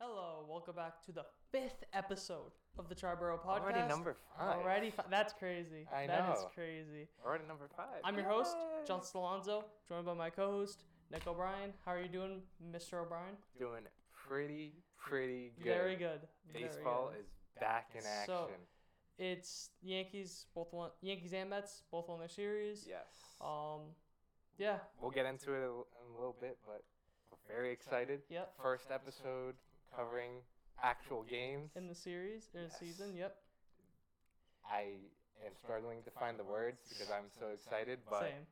Hello, welcome back to the fifth episode of the Charborough Podcast. Already number five. Already, fi- that's crazy. I That is know. crazy. Already number five. I'm your host, Yay. John Salonzo, joined by my co-host Nick O'Brien. How are you doing, Mr. O'Brien? Doing pretty, pretty good. Very good. Very Baseball good. is back in action. So- It's Yankees both won. Yankees and Mets both won their series. yes. Um, yeah. we'll get into it a l- in a little bit, but we're very excited. Yep. First episode covering actual games. In the series in the Yes. season. Yep. I am struggling to find the words because I'm so excited, but Same.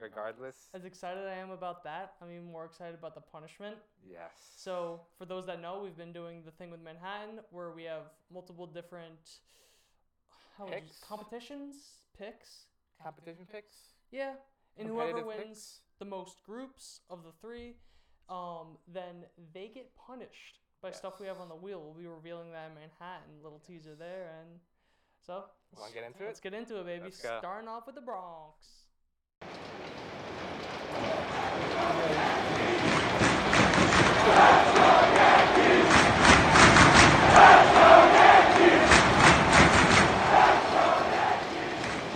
regardless, As excited I am about that, I'm even more excited about the punishment. yes. So, for those that know, we've been doing the thing with Manhattan where we have multiple different how would you- Picks? competitions, picks. competition picks. Yeah. And whoever Competitive wins the most groups of the three, um, then they get punished by stuff we have on the wheel. We'll be revealing that in Manhattan. Little teaser there. And so, Want to get into let's it? get into it, baby. Let's go. Starting off with the Bronx.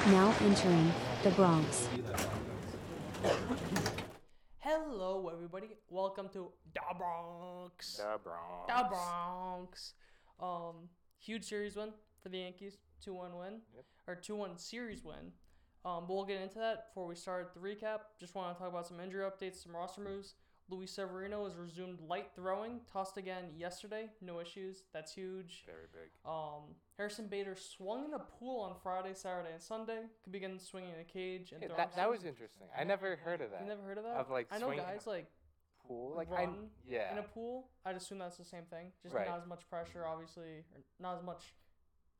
Now entering the Bronx. Hello, everybody. Welcome to the Bronx. The Bronx. The Bronx. Um, huge series win for the Yankees. 2 1 win. Or 2 1 series win. Um, but we'll get into that before we start the recap. Just want to talk about some injury updates, some roster moves. Luis Severino has resumed light throwing, tossed again yesterday. No issues. That's huge. Very big. Um, Harrison Bader swung in a pool on Friday, Saturday, and Sunday. Could begin swinging in a cage and Yeah, throwing. that, that was interesting. I never heard of that. You never heard of that? Of like I know swinging in a guys like pool. Like run I yeah. in a pool, I'd assume that's the same thing. Just Right. not as much pressure, obviously, or not as much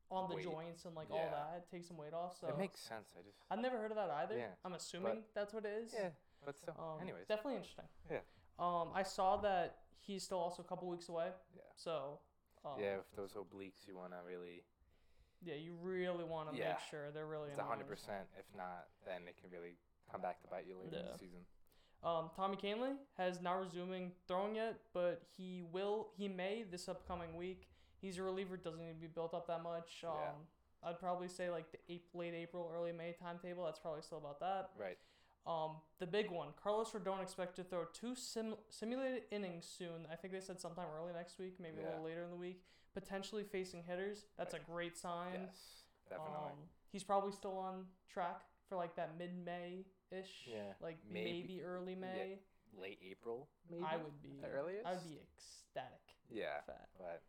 on the Weight. joints and like all Yeah. that. It takes some weight off. So It makes sense. I just I've never heard of that either. Yeah, I'm assuming that's what it is. yeah. But still, Um, anyways, definitely interesting. yeah, Um, I saw that he's still also a couple weeks away. Yeah. So. Um, yeah. With those obliques, you wanna really. yeah, you really want to Yeah. make sure they're really. It's a hundred annoying. percent. If not, then it can really come back to bite you later in Yeah. the season. Um, Tommy Canley has not resuming throwing yet, but he will. He may this upcoming week. He's a reliever. Doesn't need to be built up that much. Um, Yeah. I'd probably say like the April, late April, early May timetable. That's probably still about that. Right. Um, the big one. Carlos Rodon expected to throw two sim- simulated innings soon. I think they said sometime early next week, maybe a little Yeah. later in the week. Potentially facing hitters. That's a great sign. yes. Definitely. Um, he's probably still on track for like that mid May ish. Yeah, Like maybe, maybe. early May. Late April, maybe. I would be at the earliest. I would be ecstatic. Yeah. with that. But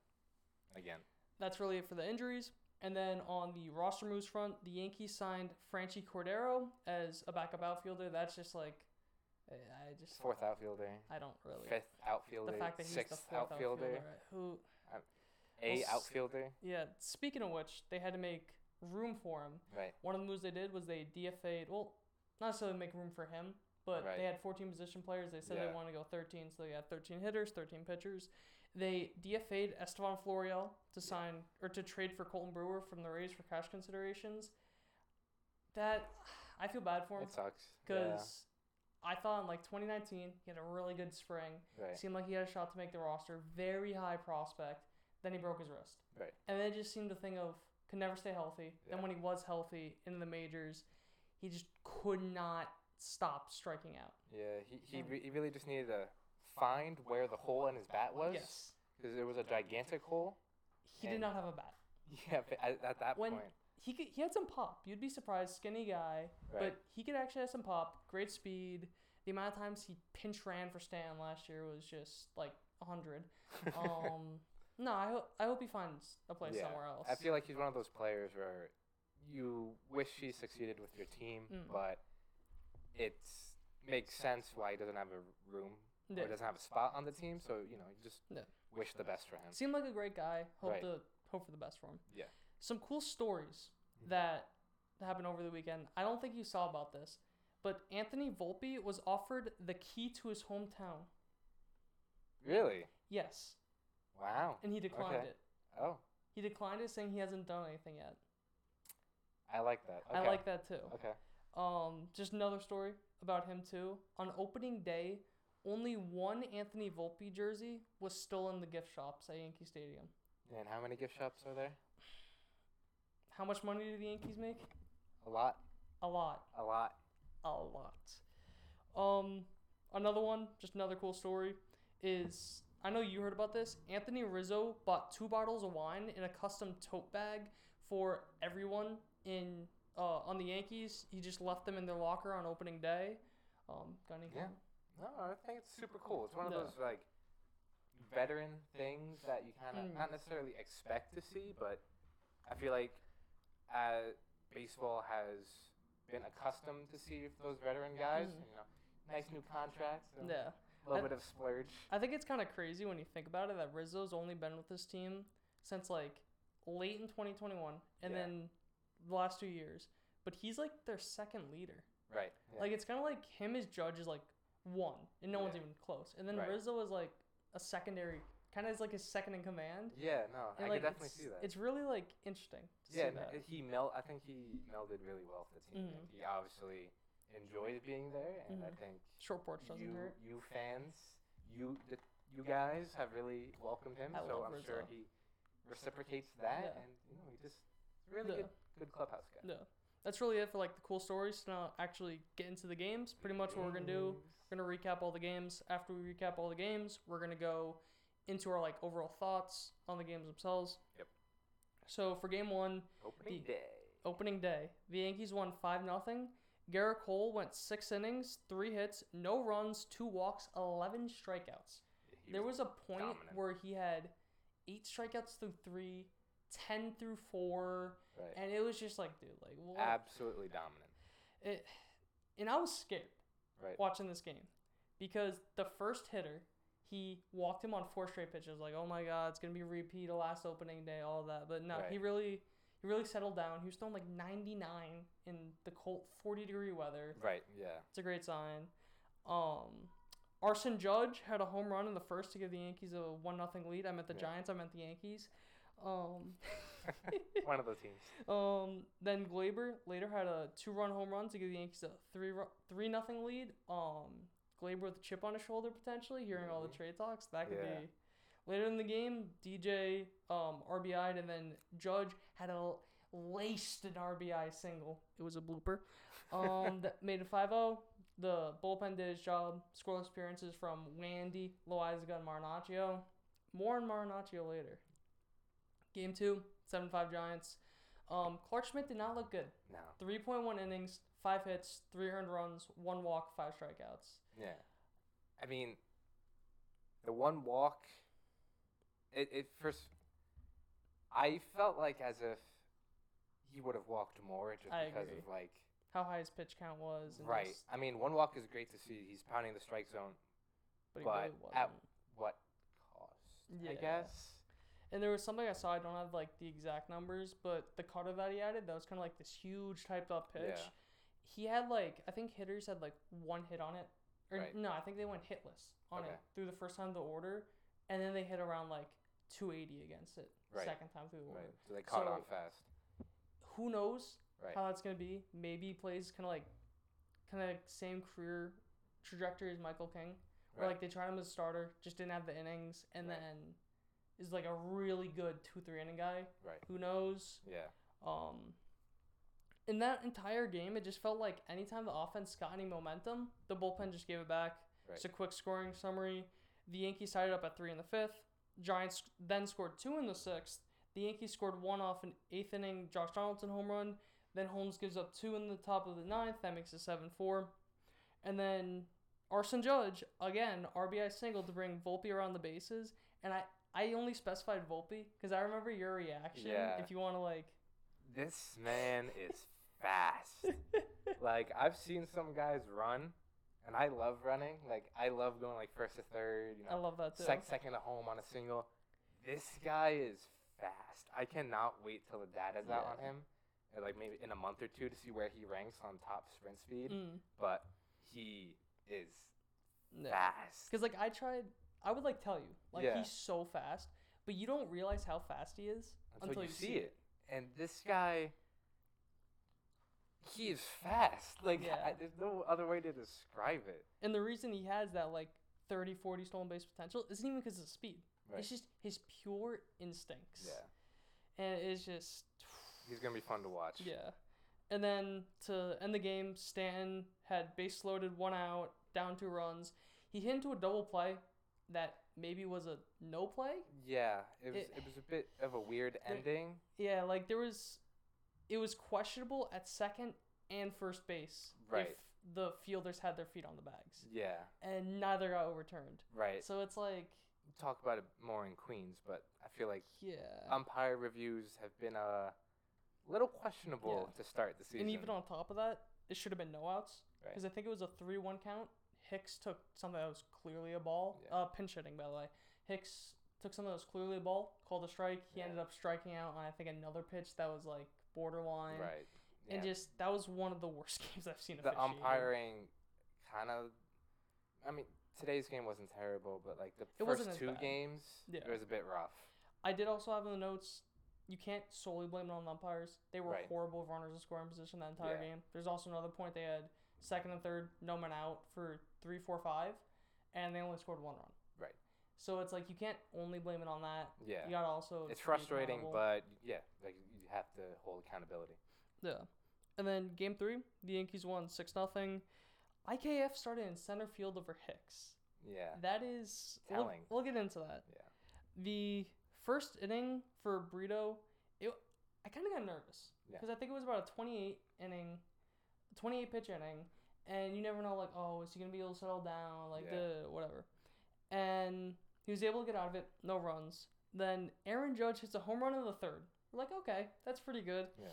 again, That's really it for the injuries. And then on the roster moves front, the Yankees signed Franchi Cordero as a backup outfielder. That's just like, eh, I I just fourth outfielder, I don't really fifth outfielder, the fact that he's the sixth fourth outfielder. outfielder, Who? a s- outfielder. Yeah. Speaking of which, they had to make room for him. Right. One of the moves they did was they DFA'd. Well, not necessarily make room for him, but Right. they had 14 position players. They said they Yeah. want to go 13, so they got 13 hitters, 13 pitchers. They DFA'd Estevan Florial to sign or to trade for Colton Brewer from the Rays for cash considerations. That I feel bad for him It sucks. Yeah. because I thought in like 2019 he had a really good spring. Right. Seemed like he had a shot to make the roster. Very high prospect. Then he broke his wrist. Right. And then it just seemed a thing of could never stay healthy. Then Yeah. when he was healthy in the majors, he just could not stop striking out. Yeah, he he, re- he really just needed to find where the hole in his bat was. Yes. Because it was a gigantic hole. He did And- not have a bat. Yeah, but at, at that When point. he could, he had some pop. You'd be surprised, skinny guy, Right. but he could actually have some pop. Great speed. The amount of times he pinch ran for Stan last year was just like hundred. Um, no, I hope I hope he finds a place yeah. somewhere else. I feel like he's one of those players where you wish he succeeded with your team, Mm. but it makes sense why he doesn't have a room Yeah. or doesn't have a spot on the team. So, you know, you just Yeah. wish the best for him. Seemed like a great guy. Hope Right. the hope for the best for him. Yeah. some cool stories that happened over the weekend. I don't think you saw about this, but Anthony Volpe was offered the key to his hometown. Really? Yes, Wow. and he declined Okay. it. Oh, He declined it, saying he hasn't done anything yet. I like that. Okay. I like that too. Okay. Um, just another story about him too. On opening day, only one Anthony Volpe jersey was still in the gift shops at Yankee Stadium. And how many gift shops are there? How much money do the Yankees make? A lot. A lot. A lot. A lot. Um, another one, just another cool story, is I know you heard about this. Anthony Rizzo bought two bottles of wine in a custom tote bag for everyone in uh, on the Yankees. He just left them in their locker on opening day. Um, got any Yeah. No, I think it's super cool. It's one of No. those like veteran things that you kind of Mm. not necessarily expect to see, but I feel like uh, baseball has been accustomed to see those veteran guys. Mm. You know, nice new contracts, and Yeah. a little I- bit of splurge. I think it's kind of crazy when you think about it that Rizzo's only been with this team since like late in 2021 and Yeah. then the last two years. But he's like their second leader. Right. Yeah. Like it's kind of like him as judge is like one and no one's Yeah. even close. And then Right. Rizzo is like a secondary, kind of is like his second in command. yeah. No, And I like could definitely it's, see that. it's really like interesting to yeah, see no, that. he mel. I think he melded really well with the team. Mhm. He obviously enjoyed being there, and I Mhm. think Short porch doesn't you, hurt. You fans, you the, you guys have really welcomed him, I so love I'm sure Rizzo. he reciprocates that, Yeah. and you know he just he's a really Yeah. good good clubhouse guy. No. That's really it for like the cool stories. So now actually get into the games. Pretty much what we're gonna do. We're gonna recap all the games. After we recap all the games, we're gonna go into our like overall thoughts on the games themselves. Yep. So for game one, Opening The- day. opening day, the Yankees won five nothing. Garrett Cole went six innings, three hits, no runs, two walks, eleven strikeouts. He there was a point dominant. where he had eight strikeouts through three, ten through four, right. and it was just like, dude, like what? absolutely dominant. it, and I was scared Right. watching this game because the first hitter he walked him on four straight pitches like oh my god it's gonna be a repeat of last opening day all that but no he Right. really he really settled down he was throwing like 99 in the cold 40 degree weather Right. Yeah. it's a great sign um Arson Judge had a home run in the first to give the Yankees a one nothing lead. I meant the Yeah. Giants. I meant the Yankees. Um, One of those teams. um, then Glaber later had a two-run home run to give the Yankees a three ru- three nothing lead. Um, Glaber with a chip on his shoulder potentially, hearing all the Mhm. trade talks that could Yeah. be. Later in the game, DJ um, RBI and then Judge had a l- laced an RBI single. It was a blooper. Um, that made it 5-0. The bullpen did its job. Scoreless appearances from Wandy, Loizaga, and Marinaccio. More on Marinaccio later. Game two, 7-5 Giants. Um, Clark Schmidt did not look good. No. 3.1 innings, 5 hits, 3 earned runs, 1 walk, 5 strikeouts. Yeah. I mean, the one walk, it, it first, I felt like as if he would have walked more just I because agree. of like, How high his pitch count was. And right. just- I mean, one walk is great to see. He's pounding the strike zone. but he but really wasn't. at what cost? Yeah. I guess. And there was something I saw. I don't have like the exact numbers, but the cutter that he added, that was kind of like this huge typed up pitch. Yeah. He had like I think hitters had like one hit on it, or Right. no, I think they went hitless on it Okay. through the first time of the order, and then they hit around like 280 against it Right. second time through the order. Right. So they caught So- on fast. Who knows Right. how that's gonna be? Maybe he plays kind of like kind of same career trajectory as Michael King, where Right. like they tried him as a starter, just didn't have the innings, and Right. then is like a really good two three inning guy. Right. Who knows? Yeah. Um, in that entire game, it just felt like anytime the offense got any momentum, the bullpen just gave it back. Right. Just a quick scoring summary. The Yankees tied it up at three in the fifth. Giants then scored two in the sixth. The Yankees scored one off an eighth inning Josh Donaldson home run. Then Holmes gives up two in the top of the ninth. That makes it 7 4. And then Arson Judge, again, RBI single to bring Volpe around the bases. And I, I only specified Volpe because I remember your reaction. Yeah. If you want to, like, This man is fast. like I've seen some guys run, and I love running. Like I love going like first to third, you I know, love that too. sec- second to home on a single. This guy is fast. I cannot wait till the data's out Yeah. on him, and, like maybe in a month or two to see where he ranks on top sprint speed. Mm, But he is yeah. fast. Because like I tried, I would like tell you, like Yeah. he's so fast, but you don't realize how fast he is until, you, see it. And this guy, he is fast. Like Yeah. I, there's no other way to describe it. And the reason he has that like 30, 40 stolen base potential isn't even because of speed. Right. It's just his pure instincts. Yeah. And it's just, He's gonna be fun to watch. yeah. And then to end the game, Stanton had base loaded, one out, down two runs. He hit into a double play that maybe was a no play. Yeah, it was It- it, was a bit of a weird ending. Yeah, like there was, it was questionable at second and first base if Right. the fielders had their feet on the bags, Yeah, and neither got overturned. right. So it's like, Talk about it more in Queens, but I feel like yeah, umpire reviews have been a little questionable to start the season. and even on top of that, it should have been no outs Right. because I think it was a three-one count. Hicks took something that was clearly a ball. Yeah. Uh, pinch hitting, by the way. Hicks took something that was clearly a ball, called a strike. He Yeah. ended up striking out on I think another pitch that was like borderline. right, yeah. And just that was one of the worst games I've seen. the officiated. umpiring kind of. I mean, today's game wasn't terrible, but like the It wasn't as first two bad. games, Yeah. it was a bit rough. I did also have in the notes. You can't solely blame it on the umpires. They were Right. horrible runners in scoring position that entire Yeah. game. There's also another point they had second and third, no man out for three, four, five, and they only scored one run. Right. So it's like you can't only blame it on that. Yeah, You gotta also. it's be frustrating, accountable. but yeah, like you have to hold accountability. yeah. And then game three, the Yankees won six nothing. IKF started in center field over Hicks. Yeah, That is we'll- Telling. We'll, get into that. Yeah. The first inning for Brito, it I kind of got nervous Yeah. because I think it was about a 28 inning, 28 pitch inning, and you never know like oh is he gonna be able to settle down like Yeah. the whatever, and he was able to get out of it, no runs. Then Aaron Judge hits a home run in the third. We're like okay, that's pretty good. Yeah.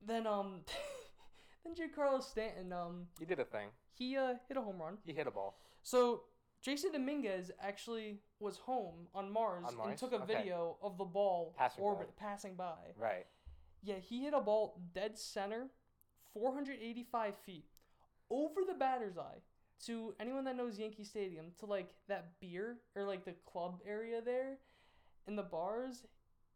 Then um, then Giancarlo Stanton um he did a thing. he uh hit a home run. He hit a ball. So Jason Dominguez actually was home on Mars, On and Mars? took a Okay. video of the ball Passing orbit passing by. Right. Yeah, he hit a ball dead center, 485 feet, over the batter's eye. To anyone that knows Yankee Stadium, to like that beer or like the club area there, in the bars,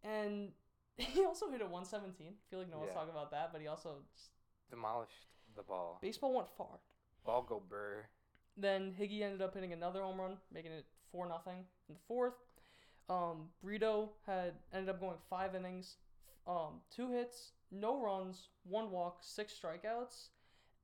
and he also hit a 117. I feel like no one's Yeah. talking about that, but he also just, Demolished the ball. baseball went far. Ball go burr. Then Higgy ended up hitting another home run, making it four nothing in the fourth. Um, Brito had ended up going five innings, um, two hits, no runs, one walk, six strikeouts,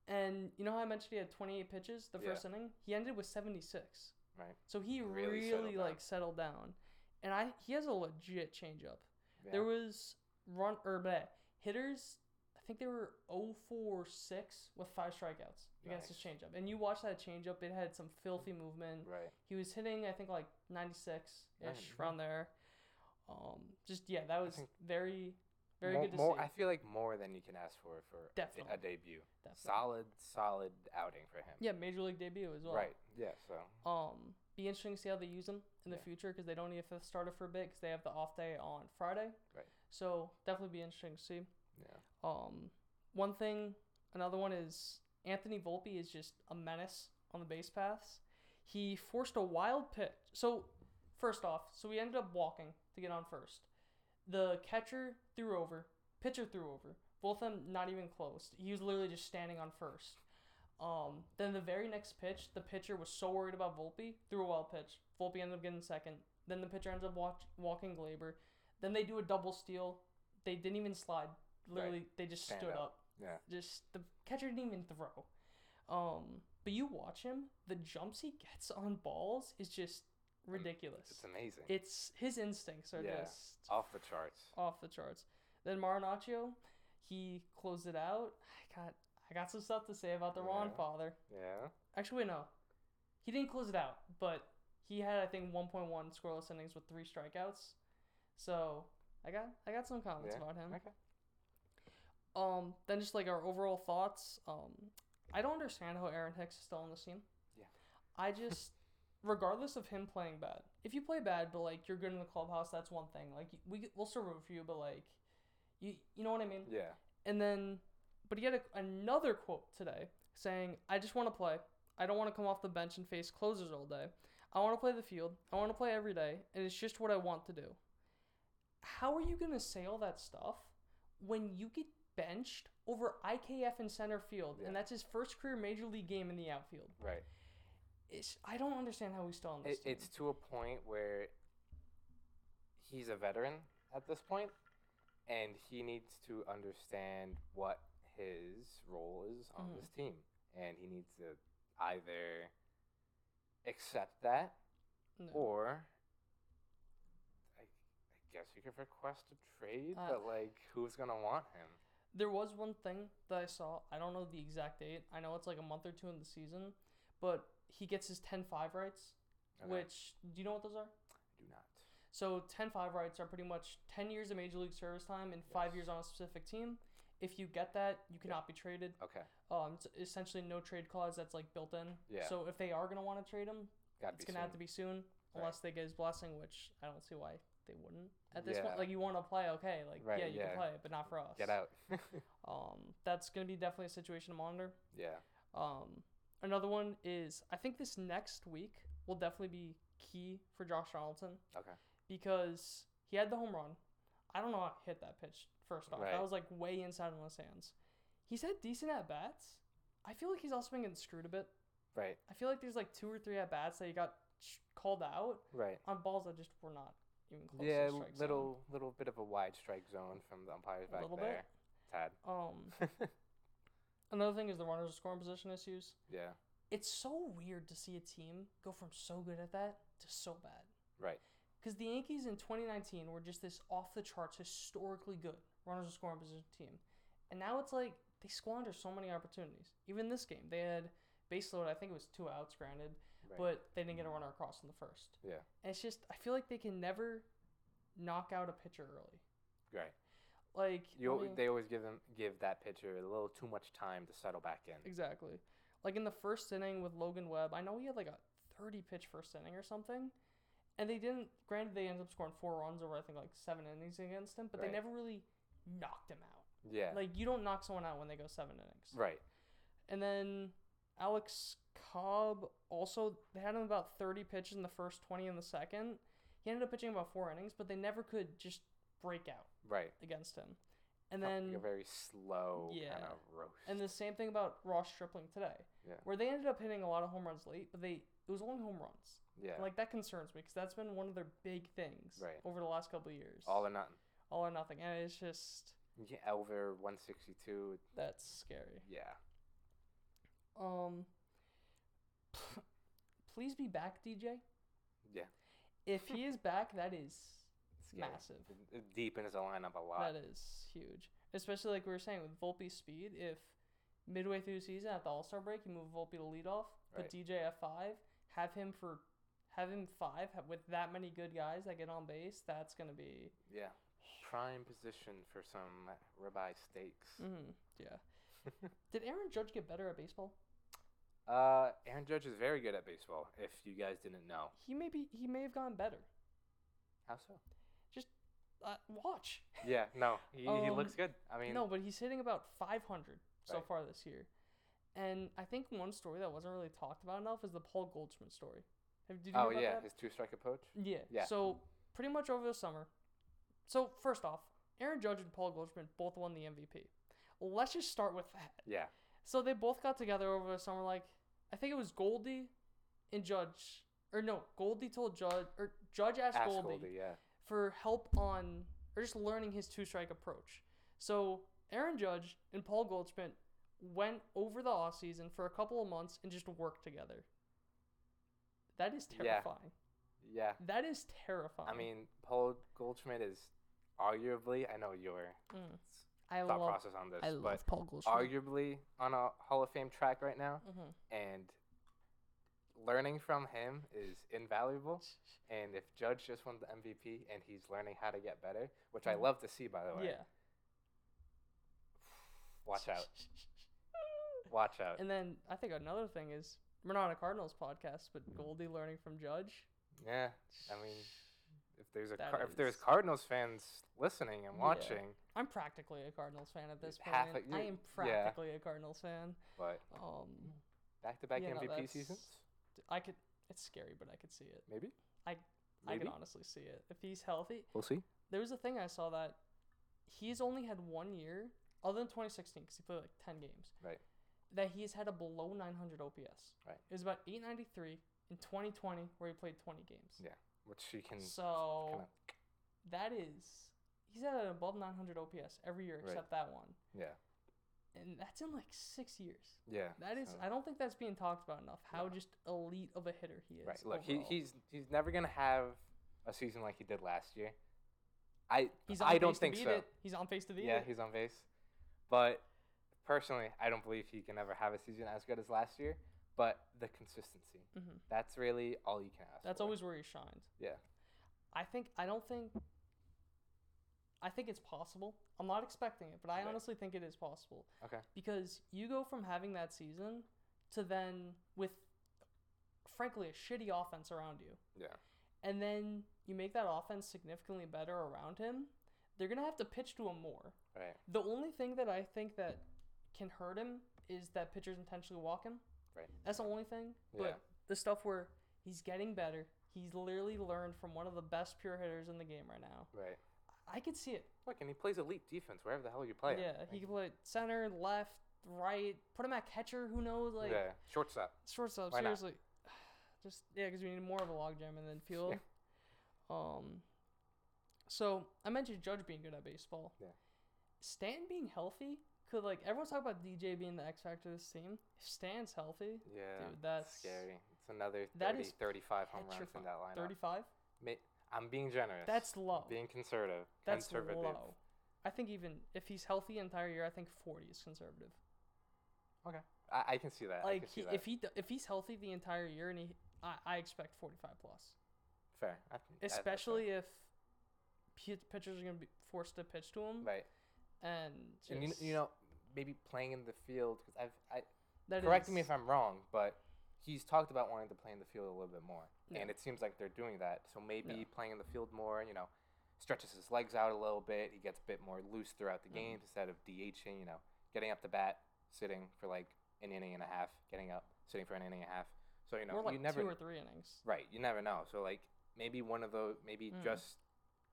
and you know how I mentioned he had 28 pitches the Yeah. first inning. He ended with 76. Right. So he really, Really settled down. like settled down, and I he has a legit changeup. Yeah. There was run or bleh, hitters. I think they were 0 for 6 with five strikeouts against his changeup. And you watched that changeup, it had some filthy movement. right. He was hitting, I think, like 96 ish Right, yeah. around there. Um, just, yeah, that was think- very, very more, good to more, see. I feel like more than you can ask for for a- Definitely. a debut. Definitely. Solid, solid outing for him. Yeah, major league debut as well. Right. Yeah. So Um, be interesting to see how they use him in the Yeah. future because they don't need a fifth starter for a bit because they have the off day on Friday. Right. So definitely be interesting to see. yeah. Um, one thing, another one is Anthony Volpe is just a menace on the base paths. He forced a wild pitch. So, first off, so we ended up walking to get on first. The catcher threw over, pitcher threw over. Both of them not even close. He was literally just standing on first. Um, then the very next pitch, the pitcher was so worried about Volpe, threw a wild pitch. Volpe ended up getting second. Then the pitcher ends up watch, walking Glaber. Then they do a double steal. They didn't even slide. Literally, they just Stand stood up. up Yeah. just the catcher didn't even throw. Um, but you watch him, the jumps he gets on balls is just ridiculous. Mm, It's amazing. It's his instincts are Yeah. just Off the charts. off the charts. Then Marinaccio, he closed it out. I got I got some stuff to say about the Ron Yeah. father. Yeah. Actually, wait, no, he didn't close it out, but he had I think 1.1 scoreless innings with three strikeouts. So I got I got some comments Yeah. about him. Okay. Um, then just like our overall thoughts. Um, I don't understand how Aaron Hicks is still on the scene. Yeah. I just, regardless of him playing bad, if you play bad, but like you're good in the clubhouse, that's one thing. Like we we'll still root for you, but like, you you know what I mean. Yeah. And then, but he had a, another quote today saying, "I just want to play. I don't want to come off the bench and face closers all day. I want to play the field. I want to play every day, and it's just what I want to do." How are you gonna say all that stuff when you get benched over IKF in center field, Yeah. and that's his first career major league game in the outfield? Right. It's, I don't understand how he's still on this It, team. it's to a point where he's a veteran at this point, and he needs to understand what his role is on Mhm. this team, and he needs to either accept that No. or. I I Guess you could request a trade, Uh, but like, who's gonna want him? There was one thing that I saw. I don't know the exact date. I know it's like a month or two in the season, but he gets his 10-5 rights, Okay. which do you know what those are? I do not. So 10-5 rights are pretty much 10 years of major league service time and 5 Yes. years on a specific team. If you get that, you cannot be traded. Okay, Um, it's essentially no trade clause that's like built in. Yeah. So if they are going to want to trade him, gotta it's be gonna have to be soon. soon, unless they get his blessing, which I don't see why they wouldn't at this Yeah. point. Like you want to play, okay, like Right, yeah, you yeah. can play, but not for us. get out. Um, that's gonna be definitely a situation to monitor. yeah, Um, another one is I think this next week will definitely be key for Josh Donaldson okay. because he had the home run. I don't know how he hit that pitch first off. Right. That was like way inside of the hands. He's had decent at bats. I feel like he's also been getting screwed a bit. Right, I feel like there's like two or three at bats that he got sh- called out right. on balls that just were not even close Yeah, to strike little little bit of a wide strike zone from the umpires A back little bit. there. Tad. zone. Um, another thing is the runners are scoring position issues. yeah. It's so weird to see a team go from so good at that to so bad. Right. Because the Yankees in 2019 were just this off the charts, historically good runners are scoring position team, and now it's like they squander so many opportunities. Even this game, they had base load. I think it was two outs, granted, Right. but they didn't get a runner across in the first. yeah. And it's just I feel like they can never knock out a pitcher early. Right. Like I You. al- mean- they always give them give that pitcher a little too much time to settle back in. Exactly. Like in the first inning with Logan Webb, I know he had like a 30 pitch first inning or something. And they didn't, granted, they ended up scoring four runs over, I think, like seven innings against him, but Right. they never really knocked him out. Yeah. Like, you don't knock someone out when they go seven innings. right. And then Alex Cobb also, they had him about 30 pitches in the first 20 in the second. He ended up pitching about four innings, but they never could just break out Right. against him. And Kind of then like a very slow kind Yeah. of roast. and the same thing about Ross Stripling today, Yeah. where they ended up hitting a lot of home runs late, but they it was only home runs. yeah. And, like that concerns me because that's been one of their big things Right. over the last couple of years. All or nothing. All or nothing, and it's just Yeah, over 162. that's scary. Yeah. Um, please be back, DJ. Yeah. If he is back, that is Scary. massive. It- it deepens the lineup a lot. That is huge, especially like we were saying with Volpe's speed. If midway through the season at the All Star break, you move Volpe to lead off, Right. put DJ at five, have him for have him five have, with that many good guys that get on base. That's gonna be Yeah. Prime position for some ribeye steaks. mm, yeah. Did Aaron Judge get better at baseball? Uh, Aaron Judge is very good at baseball. If you guys didn't know, He may be he may have gotten better. how so? Uh, watch. Yeah, no, he, he Um, looks good. I mean, no, but he's hitting about 500 so Right. far this year. And I think one story that wasn't really talked about enough is the Paul Goldschmidt story. Have, did you hear oh about yeah, that? his two strike approach. Yeah. Yeah. So pretty much over the summer. So first off, Aaron Judge and Paul Goldschmidt both won the MVP. Let's just start with that. Yeah, So they both got together over the summer. Like I think it was Goldie and Judge, or no, Goldie told Judge or Judge asked ask Goldie, Goldie, Yeah, for help on or just learning his two strike approach. So Aaron Judge and Paul Goldschmidt went over the off season for a couple of months and just worked together. That is Yeah. terrifying. yeah. That is terrifying. I mean, Paul Goldschmidt is arguably. I know your Mm. I thought love, process on this, I but love Paul Goldschmidt. arguably on a Hall of Fame track right now, Mhm. and learning from him is invaluable. And if Judge just won the MVP and he's learning how to get better, which I Mhm. love to see, by the way. Yeah. Watch out. Watch out. And then I think another thing is we're not a Cardinals podcast, but Goldie learning from Judge. Yeah, I mean, if there's a That car- if there's is- Cardinals fans listening and Yeah. watching, I'm practically a Cardinals fan at this point. Half a- I you- am yeah. practically a Cardinals fan. but Um, back-to-back Yeah, no, MVP that's- seasons, I could. It's scary, but I could see it. maybe. I- I maybe could honestly see it if he's healthy. we'll see. There was a thing I saw that he's only had one year, other than 2016, because he played like 10 games. Right. that he's had a below 900 OPS. Right. It was about 893 in 2020 where he played 20 games. Yeah, which she can. So kinda- that is he's at an above 900 OPS every year Right. except that one, yeah, and that's in like six years. yeah. That is, so- I don't think that's being talked about enough. How just elite of a hitter he is. Right. Look, he, overall. he's he's never gonna have a season like he did last year. I he's on I don't pace to think beat so. It. He's on pace to beat Yeah, it. he's on base, but personally, I don't believe he can ever have a season as good as last year. But the consistency—that's Mhm. really all you can ask. That's for. always where he shined. yeah, I think I don't think. I think it's possible. I'm not expecting it, but I Right. honestly think it is possible okay, because you go from having that season to then with, frankly, a shitty offense around you. yeah, and then you make that offense significantly better around him, they're going to have to pitch to him more. right, The only thing that I think that can hurt him is that pitchers intentionally walk him. Right. That's the only thing. Yeah. But the stuff where he's getting better, he's literally learned from one of the best pure hitters in the game right now. right. I could see it. Look, and he plays elite defense wherever the hell you play. him. yeah, he could play center, left, right, put him at catcher, who knows, like yeah, shortstop. shortstop. Why not? seriously, just yeah, because we need more of a logjam in the field. Um, so I mentioned Judge being good at baseball. Yeah. Stan being healthy could like everyone's talking about DJ being the X factor of this team. If Stan's healthy, Yeah, Dude, that's- scary. It's another 30, that is 35 home runs in petrifying. that lineup. thirty-five. Ma- I'm being generous. That's low. being conservative. That's conservative. low. I think even if he's healthy an entire year, I think forty is conservative. Okay, I, I can see that. I Like can see he, that. if he d- if he's healthy the entire year and he, I, I expect forty-five plus. fair, I can- I- that's fair. especially if p- pitchers are going to be forced to pitch to him. right. And, And you, kn- you just- know maybe playing in the field because I've I, that correct me is- if I'm wrong, but he's talked about wanting to play in the field a little bit more, Yeah. and it seems like they're doing that. So maybe Yeah. playing in the field more, you know, stretches his legs out a little bit. He gets a bit more loose throughout the games Mm-hmm. instead of DHing. You know, getting up the bat, sitting for like an inning and a half, getting up, sitting for an inning and a half. So you know, We're like you never two or three innings. Right, you never know. So like maybe one of those, maybe Mm. just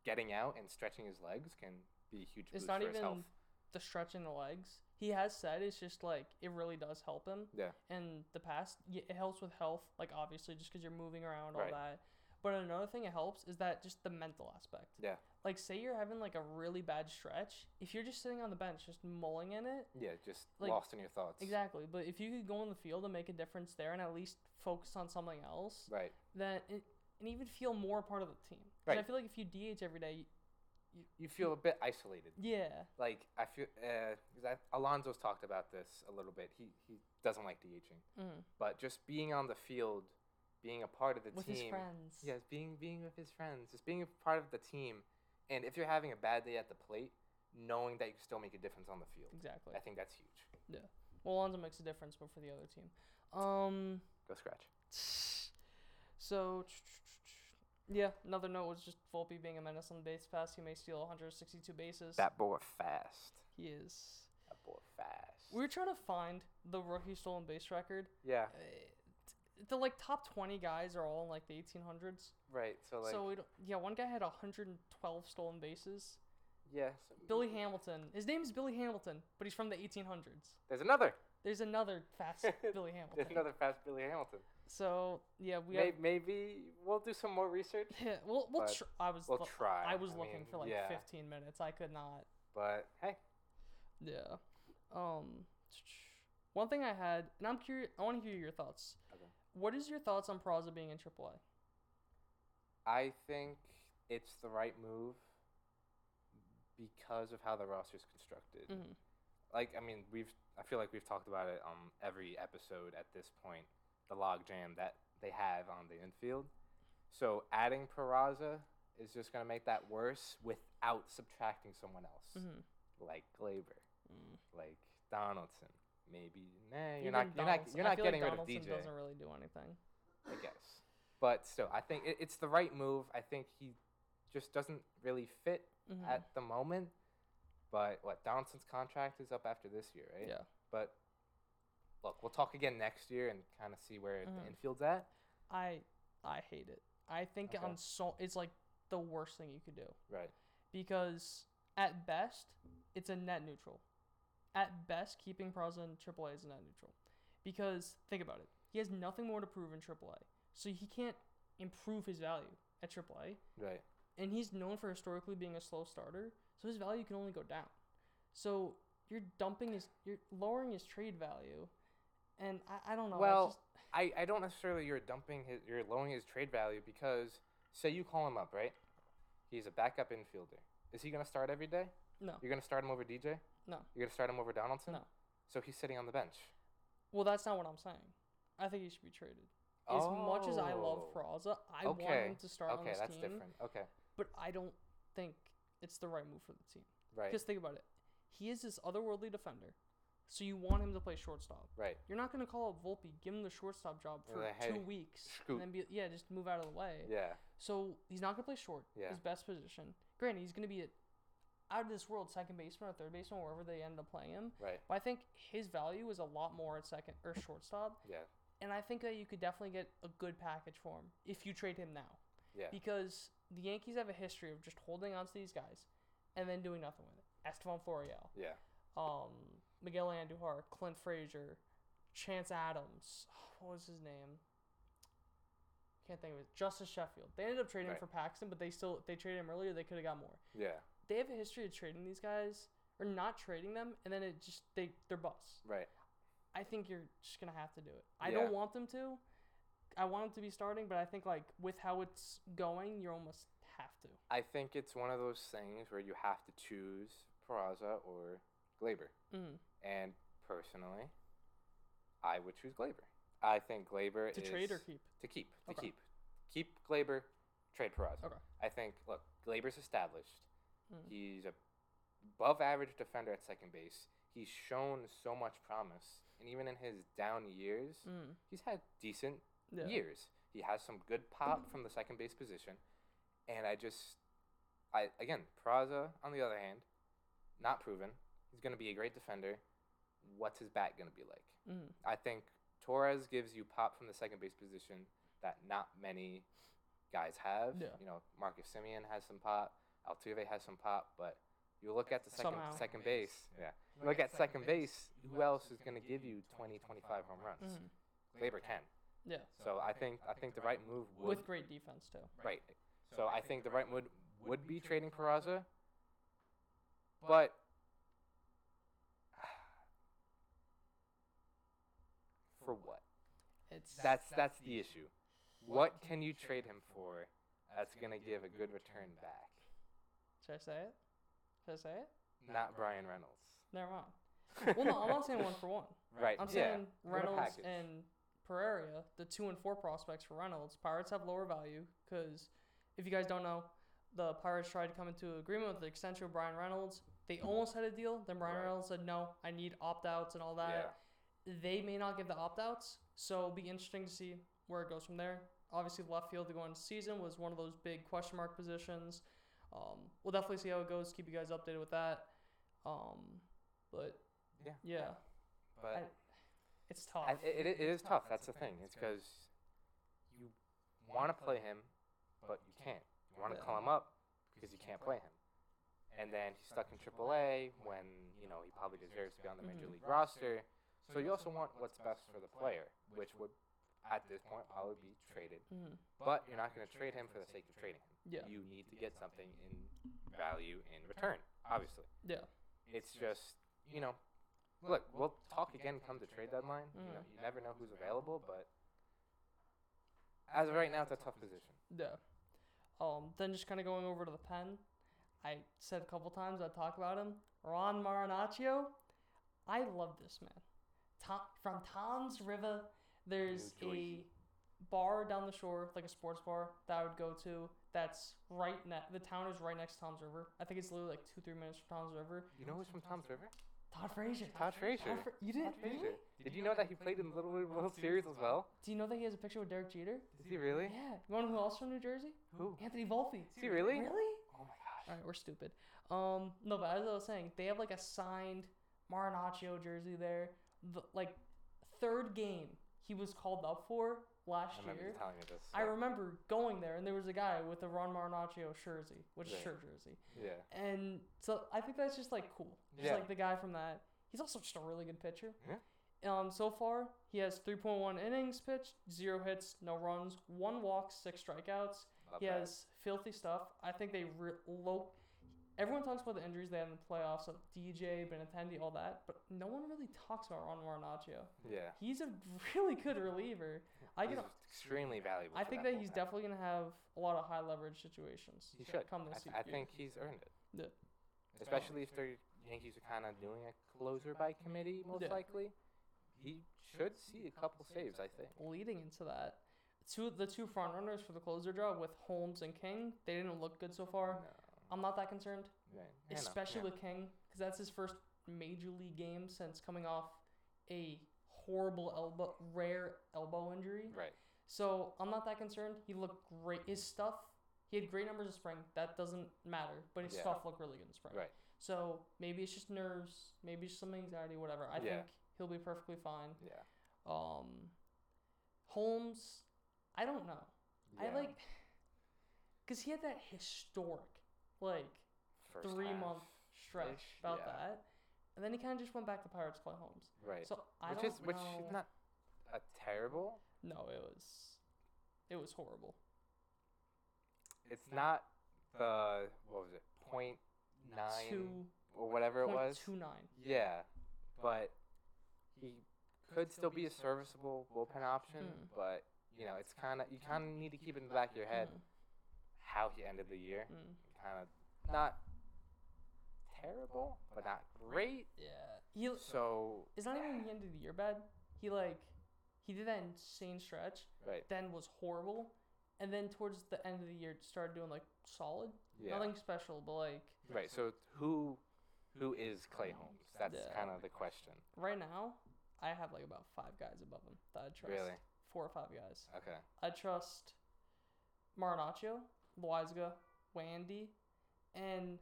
getting out and stretching his legs can be a huge It's boost not for his health. even the stretch in the legs. He has said it's just like it really does help him. Yeah, in the past. y- It helps with health, like obviously, just because you're moving around, all Right. that. But another thing it helps is that just the mental aspect. yeah, Like, say you're having like a really bad stretch. If you're just sitting on the bench, just mulling in it, yeah. Just Like, lost in your thoughts. exactly. But if you could go in the field and make a difference there, and at least focus on something else, Right. then it, and even feel more a part of the team. 'Cause I Right. feel like if you DH every day, You feel a bit isolated. yeah, Like I feel, uh, 'cause I- Alonzo's talked about this a little bit. He he doesn't like DHing, Mhm. but just being on the field, being a part of the with team, his friends. Yes, being being with his friends, just being a part of the team, and if you're having a bad day at the plate, knowing that you can still make a difference on the field. exactly. I think that's huge. Yeah. Well, Alonzo makes a difference, but for the other team. Um. Go scratch. So, yeah, another note was just Volpe being a menace on the base pass. He may steal 162 bases. That boy fast. he is. That boy fast. We were trying to find the rookie stolen base record. yeah, Uh, t- The like top 20 guys are all in like the 1800s. right. So like, so we don't, yeah, one guy had 112 stolen bases. yeah. So Billy Hamilton. His name is Billy Hamilton, but he's from the 1800s. There's another. There's another fast Billy Hamilton. There's another fast Billy Hamilton. So yeah, we May- have, maybe we'll do some more research. yeah, we'll, we'll but tr- I was We'll lo- try. I was looking mean, for like yeah, 15 minutes. I could not. But hey, Yeah. Um. One thing I had, and I'm curious. I want to hear your thoughts. Okay. What is your thoughts on Peraza being in AAA? I think it's the right move because of how the roster's constructed. Mm-hmm. like I mean we've I feel like we've talked about it on every episode at this point the logjam that they have on the infield. So adding Peraza is just going to make that worse without subtracting someone else Mm-hmm. Mm. like Glaber, like Donaldson. Maybe nah, you're Even not you're not Donaldson- you're I not feel like getting rid Donaldson of DJ. Doesn't really do anything. I guess. But still, I think it, it's the right move. I think he just doesn't really fit Mhm. at the moment. But what Donaldson's contract is up after this year, right? Yeah. But look, we'll talk again next year and kind of see where Mhm. the infield's at. I I hate it. I think Okay. on so it's like the worst thing you could do Right. because at best it's a net neutral. at best, keeping Peraza in AAA is not neutral. Because think about it, he has nothing more to prove in AAA, so he can't improve his value at AAA. Right. And he's known for historically being a slow starter, so his value can only go down. So you're dumping his, you're lowering his trade value, and I, I don't know. I Well, just- I, I don't necessarily you're dumping his you're lowering his trade value because say you call him up right, he's a backup infielder. Is he gonna start every day? no, You're gonna start him over DJ? no, You're gonna start him over Donaldson? No. So he's sitting on the bench. Well, that's not what I'm saying. I think he should be traded. As much as I love Oh. Peraza, I okay. want him to start okay, on this that's team, different. Okay, but I don't think it's the right move for the team. right, Because think about it, he is this otherworldly defender, so you want him to play shortstop. right. You're not gonna call up Volpe, give him the shortstop job And for then, two hey, weeks, scoot. and then be yeah, just move out of the way. Yeah, So he's not gonna play short. Yeah. His best position. Granted, he's gonna be a out of this world second baseman or third baseman, wherever they end up playing him. right. But I think his value is a lot more at second or shortstop Yeah, and I think that you could definitely get a good package for him if you trade him now. yeah. Because the Yankees have a history of just holding on to these guys and then doing nothing with it. Estevan Florial, yeah. um, Miguel Andujar, Clint Frazier, Chance Adams. What was his name? Can't think of it. Justice Sheffield. They ended up trading Right. him for Paxton, but they still if they traded him earlier. They could have got more. Yeah. They have a history of trading these guys or not trading them, and then it just they they're busts. Right. I think you're just gonna have to do it. I Yeah. don't want them to. I want them to be starting, but I think like with how it's going, you almost have to. I think it's one of those things where you have to choose Peraza or Glaber. Mm. And personally, I would choose Glaber. I think Glaber To is trade or keep. to keep to Okay. keep keep Glaber, trade Peraza. Okay. I think look, Glaber's established. Mm. He's a above average defender at second base. He's shown so much promise, and even in his down years, Mm. he's had decent Yeah. years. He has some good pop from the second base position, and I just, I again, Peraza on the other hand, not proven. He's going to be a great defender. What's his bat going to be like? Mm. I think Torres gives you pop from the second base position that not many guys have. Yeah. You know, Marcus Simeon has some pop, Altuve has some pop, but you look at the second Somehow. second base. Yeah. You look at second base, who else is going to give you 20, 25 home runs? Mhm. Labor can. Yeah. So I think I think the right move would With great defense too. right. So I think the right move would be trading Peraza, but for what? It's That's that's the issue. What can you trade him for that's gonna give a good return back? should I say it? Should I say it? Not Brian Reynolds. Never mind. Well, no, I'm not saying one for one. right. I'm yeah. saying What a Reynolds package. and Pereira, the two and four prospects for Reynolds. Pirates have lower value because if you guys don't know, the Pirates tried to come into agreement with the extension of Brian Reynolds. They almost had a deal. Then Brian Mm-hmm. Right. Reynolds said, "No, I need opt outs and all Yeah. that." They may not give the opt outs, so it'll be interesting to see where it goes from there. Obviously, left field to go into the season was one of those big question mark positions. Um, we'll definitely see how it goes. Keep you guys updated with that. Um, but Yeah. yeah, But I- it's tough. I, it, it, it is tough. That's the thing. It's because you want to play him, but you can't. You want to Yeah. call him up because you can't play him. And then he's stuck in AAA when you know he probably deserves to be on the major Mhm. league roster. So you also want what's best for the player, which would at this point probably be traded. Mhm. But you're not going to trade him for the sake of trading him. Yeah. You need to get something in value in return. Obviously, Yeah. it's just you know, look, we'll talk again come the trade deadline. You know, Mhm. you never know who's available, but as of right now, it's a tough position. Yeah. Um, then just kind of going over to the pen, I said a couple times I talk about him. Ron Marinaccio, I love this man. Tom, from Tom's River, there's New a Jersey. bar down the shore, like a sports bar that I would go to. That's right next. The town is right next to Tom's River. I think it's literally like two, three minutes from Tom's River. You know who's from Tom's River? Todd Frazier. Todd Frazier. Todd Fra- you didn't Frazier. really? Did you know that he played in the Little League World Series as well? Do you know that he has a picture with Derek Jeter? Is he really? Yeah. You want to know who else from New Jersey? Who? Anthony Volpe. Is he really? Really? Oh my All right, we're stupid. Um, no, but as I was saying, they have like a signed Marinaccio jersey there. The, like third game he was called up for last gosh! I remember year. you telling me this. I remember going there and there was a guy with a Ron Marinaccio jersey, which is Right. shirt jersey, Yeah. and so I think that's just like cool. Just Yeah. like the guy from that. He's also just a really good pitcher. Yeah. Um, so far, he has 3.1 innings pitched, zero hits, no runs, one walk, six strikeouts. Love He that. has filthy stuff. I think they re- low. Everyone talks about the injuries they had in the playoffs, so DJ, Benintendi, all that, but no one really talks about Ron Marinaccio. Yeah. He's a really good reliever. I he's get. extremely valuable. I for think that he's bullpen. definitely gonna have a lot of high leverage situations. He should. come I, this year. th- I think he's earned it. Yeah. Especially if the Yankees are kind of doing a closer by committee, most Yeah. likely. He should see a couple saves, I think. leading into that. Two the two front runners for the closer job with Holmes and King, they didn't look good so far. I'm not that concerned, Right. Yeah, no, especially yeah. with King, because that's his first major league game since coming off a horrible elbow, rare elbow injury. Right. So I'm not that concerned. He looked great. His stuff, he had great numbers in spring. That doesn't matter, but his Yeah. stuff looked really good in spring. Right. So maybe it's just nerves, maybe it's some anxiety, whatever. I Yeah. think he'll be perfectly fine. Yeah. Um, Holmes, I don't know. I Yeah. like because he had that historic like First three half. month stretch ish, about yeah. that, and then he kind of just went back to Pirates Clay Holmes. Right. So I which don't is which know. is not a terrible. no, it was it was horrible. It's not the what was it point nine Two or whatever it was. two nine. Yeah, but he could still be a serviceable bullpen option. Mm. But you know, it's kind of you kind of need to keep in the back of your head Hmm. Mm-hmm. how he ended the year. Mm, mm. Kind of not terrible, but not great. Yeah, he So it's not even the end of the year bad. He like he did that insane stretch, right, then was horrible, and then towards the end of the year started doing like solid. yeah, Nothing special, but like right. So who who is Clay Holmes? That's Yeah. kind of the question. right now, I have like about five guys above him that I trust. Really? Four or five guys. Okay. I trust Marinaccio, Loizga, Wandy, and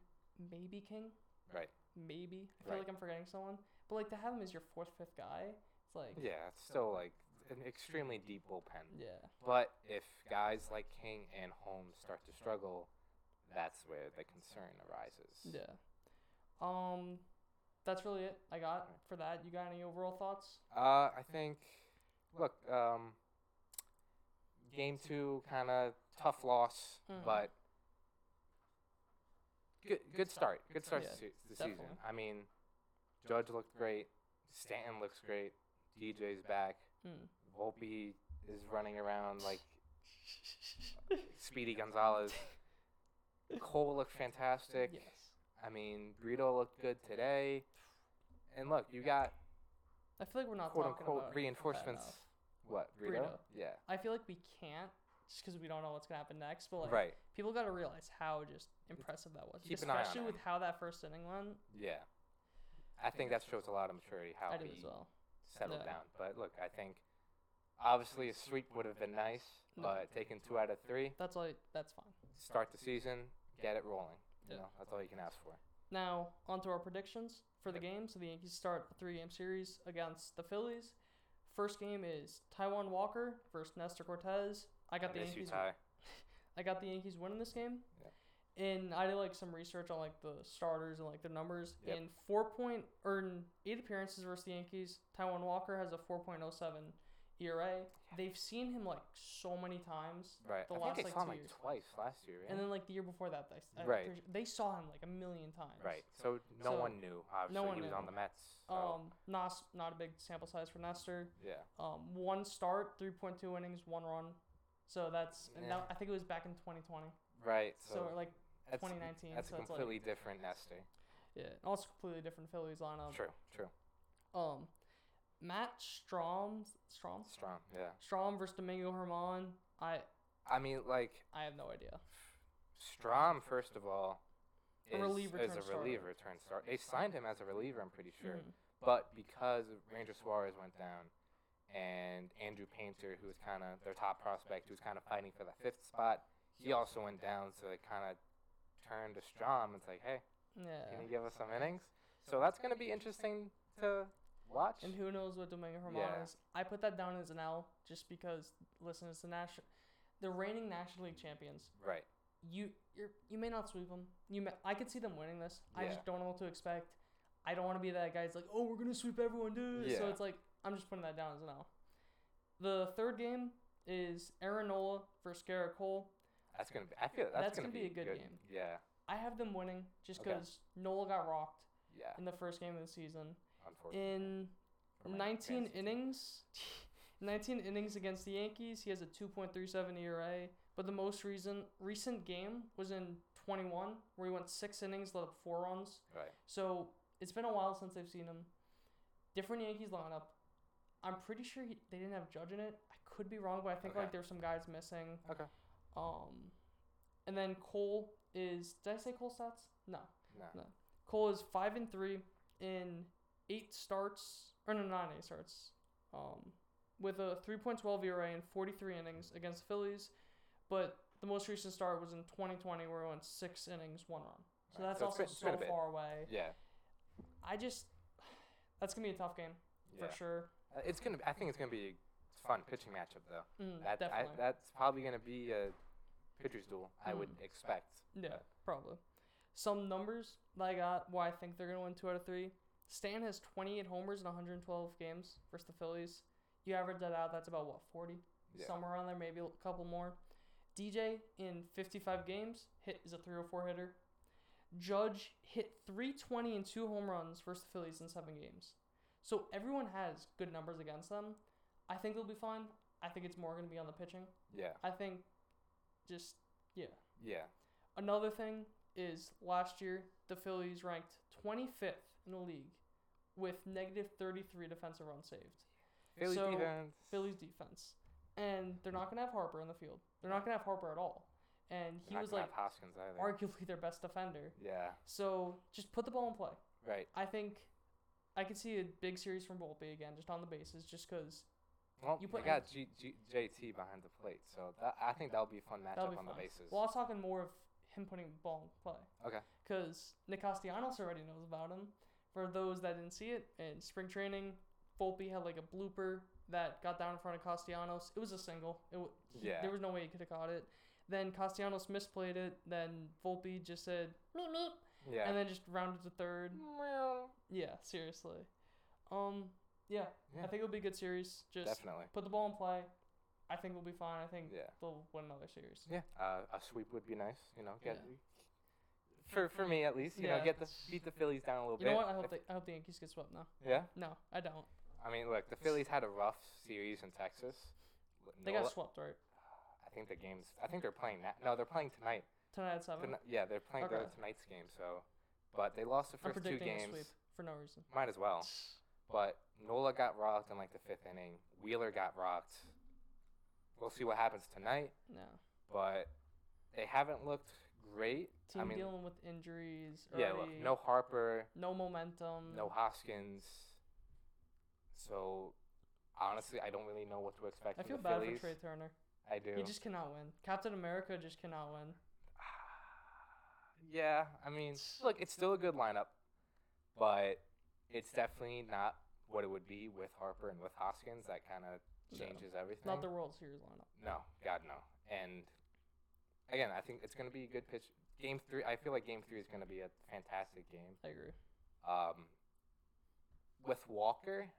maybe King. Right. Maybe. I feel Right. like I'm forgetting someone. But like to have him as your fourth, fifth guy, it's like Yeah, it's still like an extremely deep bullpen. yeah. But if guys like King and Holmes start to struggle, that's where the concern arises. Yeah. Um that's really it I got for that. You got any overall thoughts? Uh, I think, look, um, game two kind of tough loss, Mm. but good good start. Good start Yeah, to se- the definitely. season. I mean, Judge looked great. Stanton looks great. DJ's back. Mm. Volpe is running around like Speedy Gonzalez. Cole looked fantastic. Yes. I mean, Brito looked good today. And look, you got I feel like we're not quote talking unquote about reinforcements. enough. What Brito? Brito. Yeah, I feel like we can't just because we don't know what's gonna happen next. But like, right. people got to realize how just impressive that was, Keep an eye on especially with him. how that first inning went. Yeah, I think that shows a lot of maturity how I he did as well. settled Yeah. down. But look, I think obviously a sweep would have been nice, No. but taking two out of three, That's all. That's fine. start the season, get it rolling. You Yeah. know, that's all you can ask for. Now on to our predictions for the Yep. game. So the Yankees start a three-game series against the Phillies. First game is Taiwan Walker versus Nestor Cortez. I got the Miss you, Yankees. Ty. I got the Yankees winning this game. Yep. And I did like some research on like the starters and like their numbers. Yep. In four point or in eight appearances versus the Yankees, Taiwan Walker has a four point oh seven ERA. They've seen him like so many times, Right. The I last, like, think they saw him two like years. twice last year. Right? and then like the year before that, they, I'm Right. pretty sure- they saw him like a million times. right. So no So, one knew. Obviously, one he was knew. on the Mets. So, Um, not s- not a big sample size for Nestor. yeah. Um, one start, three point two innings, one run. So that's and Yeah. that, I think it was back in 2020. Right. So, So, or, like that's, 2019, That's so a it's like- um, completely different Nestor. yeah, also completely different Phillies lineup. true. True. Um, Matt Strom, Strom, Strong. Yeah. Strom versus Domingo Herman. I I mean, like I have no idea. Strom, first of all, A is reliever is turned a starter. reliever turn start. They signed him as a reliever, I'm pretty sure. Mhm. But because Ranger Suarez went down, and Andrew Painter, who was kind of their top prospect, who was kind of fighting for the fifth spot, he also went down. So it kind of turned to Strom. It's like, hey, can Yeah. you give us some innings? So that's gonna be interesting to watch. And who knows what Domingo Herman Yeah. is? I put that down as an L just because. Listen, it's the national, the reigning National League champions. Right. You you're, you may not sweep them. You may, I could see them winning this. I Yeah. just don't know what to expect. I don't want to be that guy. It's like, oh, we're gonna sweep everyone, dude. So Yeah. it's like I'm just putting that down as an L. The third game is Aaron Nola versus Garrett Cole. That's gonna be. I feel that's, That's gonna, gonna be a good game. Yeah, I have them winning just Okay. because Nola got rocked yeah. in the first game of the season. Unfortunately, In for my 19 fantasy team. innings, 19 innings against the Yankees. He has a 2.37 ERA, E but the most recent recent game was in 21, where he went six innings, let up four runs. Right. So it's been a while since I've seen him. Different Yankees lineup. I'm pretty sure he, they didn't have Judge in it. I could be wrong, but I think Okay. like there were some guys missing. Okay. Um, and then Cole is. Did I say Cole stats? No. No. No. Cole is five and three in eight starts, or no, not in eight starts, um, with E a 3.12 ERA and 43 innings against the Phillies. But the most recent start was in 2020, where he went six innings, one run. So Right, that's so it's also been- it's been a so bit. far away. Yeah. I just that's gonna be a tough game Yeah. for sure. Uh, It's gonna. I think it's gonna be a fun pitching matchup though. Mm, That, I, definitely. that's probably gonna be a pitcher's duel. I would Mm. expect. Yeah, probably. Some numbers that I got why I think they're going to win two out of three. Stan has 28 homers in 112 games versus the Phillies. You average that out, that's about what, 40? Yeah. Somewhere around there, maybe a couple more. DJ in 55 games hit is a 304 hitter. Judge hit 320 and two home runs versus the Phillies in seven games. So everyone has good numbers against them. I think they'll be fine. I think it's more going to be on the pitching. Yeah. I think just, yeah. Yeah. Another thing is last year the Phillies ranked 25th in the league with negative 33 defensive runs saved. Phillies So, defense. Phillies defense, and they're not gonna have Harper in the field. They're not gonna have Harper at all, and They're he not was gonna like have Hoskins either. arguably their best defender. yeah. So just put the ball in play. Right. I think I could see a big series from Volpe again, just on the bases, just 'cause Well, You you put- got G, G, JT behind the plate, so that, I think that'll be a fun that'll matchup be on fun. the bases. Well, I was talking more of him putting the ball in play. okay. because Nick Castellanos already knows about him. For those that didn't see it in spring training, Volpe had like a blooper that got down in front of Castellanos. It was a single. It w- he- Yeah. There was no way he could have caught it. Then Castellanos misplayed it. Then Volpe just said meep meep, Yeah. and then just rounded to third. Yeah, seriously. Um, yeah, I Yeah. think it'll be a good series. Just Definitely. put the ball in play. I think we'll be fine. I think Yeah. they'll win another series. Yeah. Uh, a sweep would be nice. You know, get Yeah. for for me at least. You Yeah. know, get the beat the Phillies down a little You bit. know what? I hope If- the I hope the Yankees get swept now. yeah. No, I don't. I mean, look, the Phillies had a rough series in Texas. They Nola- got swept, right? I think the games. I think they're playing that. No, they're playing tonight. Tonight at seven. Tonight- yeah, they're playing their Okay. tonight's game. So, but they lost the I'm first two predicting a games. sweep for no reason. Might as well. But Nola got rocked in like the fifth inning. Wheeler got rocked. We'll see what happens tonight. No. But they haven't looked great. Team I mean, dealing with injuries. yeah, look, early, no Harper, no momentum. no Hoskins. So, honestly, I don't really know what to expect I from feel the bad Phillies. for Trey Turner. I do. He just cannot win. Captain America just cannot win. Yeah, I mean, look, it's still a good lineup, but it's definitely not what it would be with Harper and with Hoskins. That kind of No. changes everything. Not the World Series lineup. no, God no. And again, I think it's going to be a good pitch. Game three, I feel like game three is going to be a fantastic game. I agree. Um, with Walker,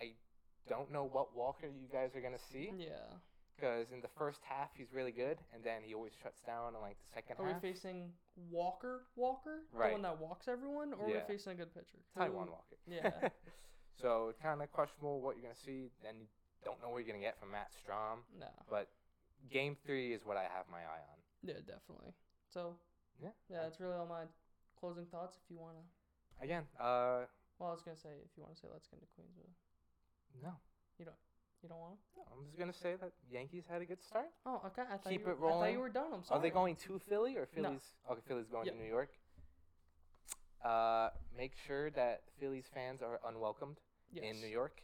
I don't know what Walker you guys are going to see Yeah. because in the first half he's really good, and then he always shuts down in like the second Are we half. facing Walker? Walker, the Right. one that walks everyone, or are Yeah. we facing a good pitcher? Taiwan Who- Walker. Yeah. so it's kind of questionable what you're going to see. Then you don't know what you're going to get from Matt Strom. no. But game three is what I have my eye on. Yeah, definitely. So Yeah. yeah, that's really all my closing thoughts. If you wanna, Again, uh, well, I was gonna say if you wanna say let's get into Queensville. no. You don't wanna? I'm just going to say that Yankees had a good start. Oh, okay. I thought Keep you were, it I thought you rolling. were done. I'm sorry. Are they going to Philly or No. Philly's? Okay, Philly's going Yep. to New York. Uh, make sure that Phillies fans are unwelcomed in New York.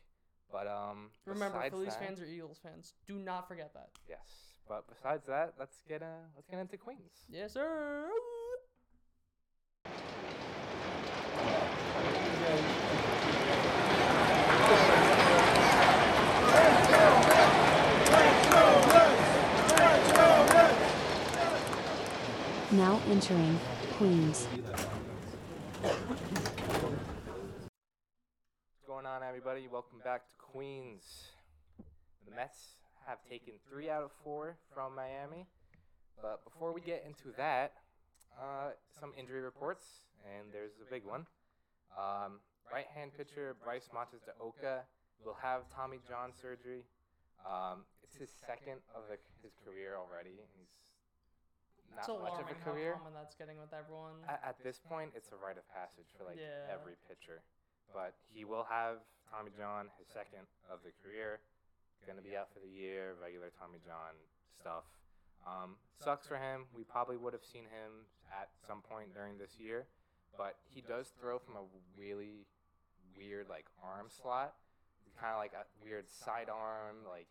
But um, Remember, besides Phillies that- fans are Eagles fans. Do not forget that. Yes, but besides that, let's get uh, let's get into Queens. Yes, sir. Now entering Queens. on, everybody? Welcome back to Queens. The Mets have taken three out of four from Miami. But before we get into that, uh, some injury reports, and there's a big one. Um, right-hand pitcher Bryce Montes de Oca will have Tommy John surgery. Um, it's his second of the, his career already, and he's not it's much alarming of a how career. common that's getting with everyone. At, at Um, this point, it's a rite of passage for like Yeah. every pitcher. But he will have Tommy John, his second of the career. Going to be out for the year, regular Tommy John stuff. Um, sucks for him. We probably would have seen him at some point during this year. But he does throw from a really weird, like, arm slot. Kind of like a weird sidearm, like,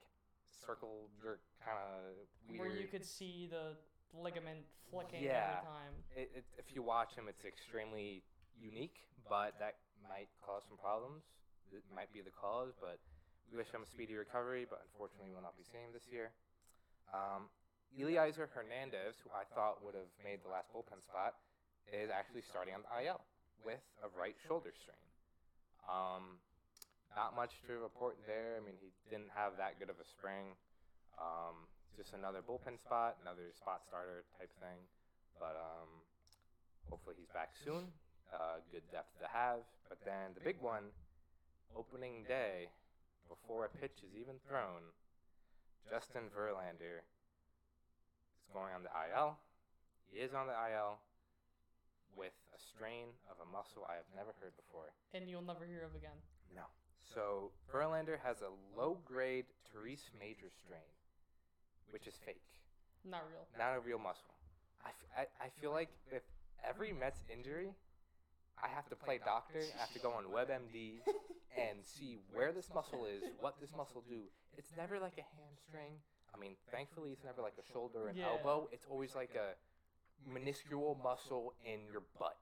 circle jerk, kind of weird. where you could see the ligament flicking Yeah. every time. it, it, if you watch him, it's extremely unique, but that might cause some problems. It might be the cause, but we wish him a speedy recovery, but unfortunately, we'll not be seeing him this year. Um, Eliezer Hernandez, who I thought would have made the last bullpen spot, is actually starting on the IL with a right shoulder strain. Um, not much to report there. I mean, he didn't have that good of a spring. Um, just another bullpen spot, another spot starter type thing. But um, hopefully he's back soon. Uh, good depth to have. But then the big one, opening day, before a pitch is even thrown, Justin Verlander is going on the IL. He is on the IL with a strain of a muscle I have never heard before. And you'll never hear of again. No. So Verlander has a low-grade teres major strain, which is fake Not real. not a real muscle. I, f- I, I feel like if every Mets injury, I have to play doctor. I have to go on WebMD and see where this muscle is, what this muscle do. It's never like a hamstring. I mean, thankfully, it's never like a shoulder or an Yeah. elbow. It's always like a minuscule muscle in your butt.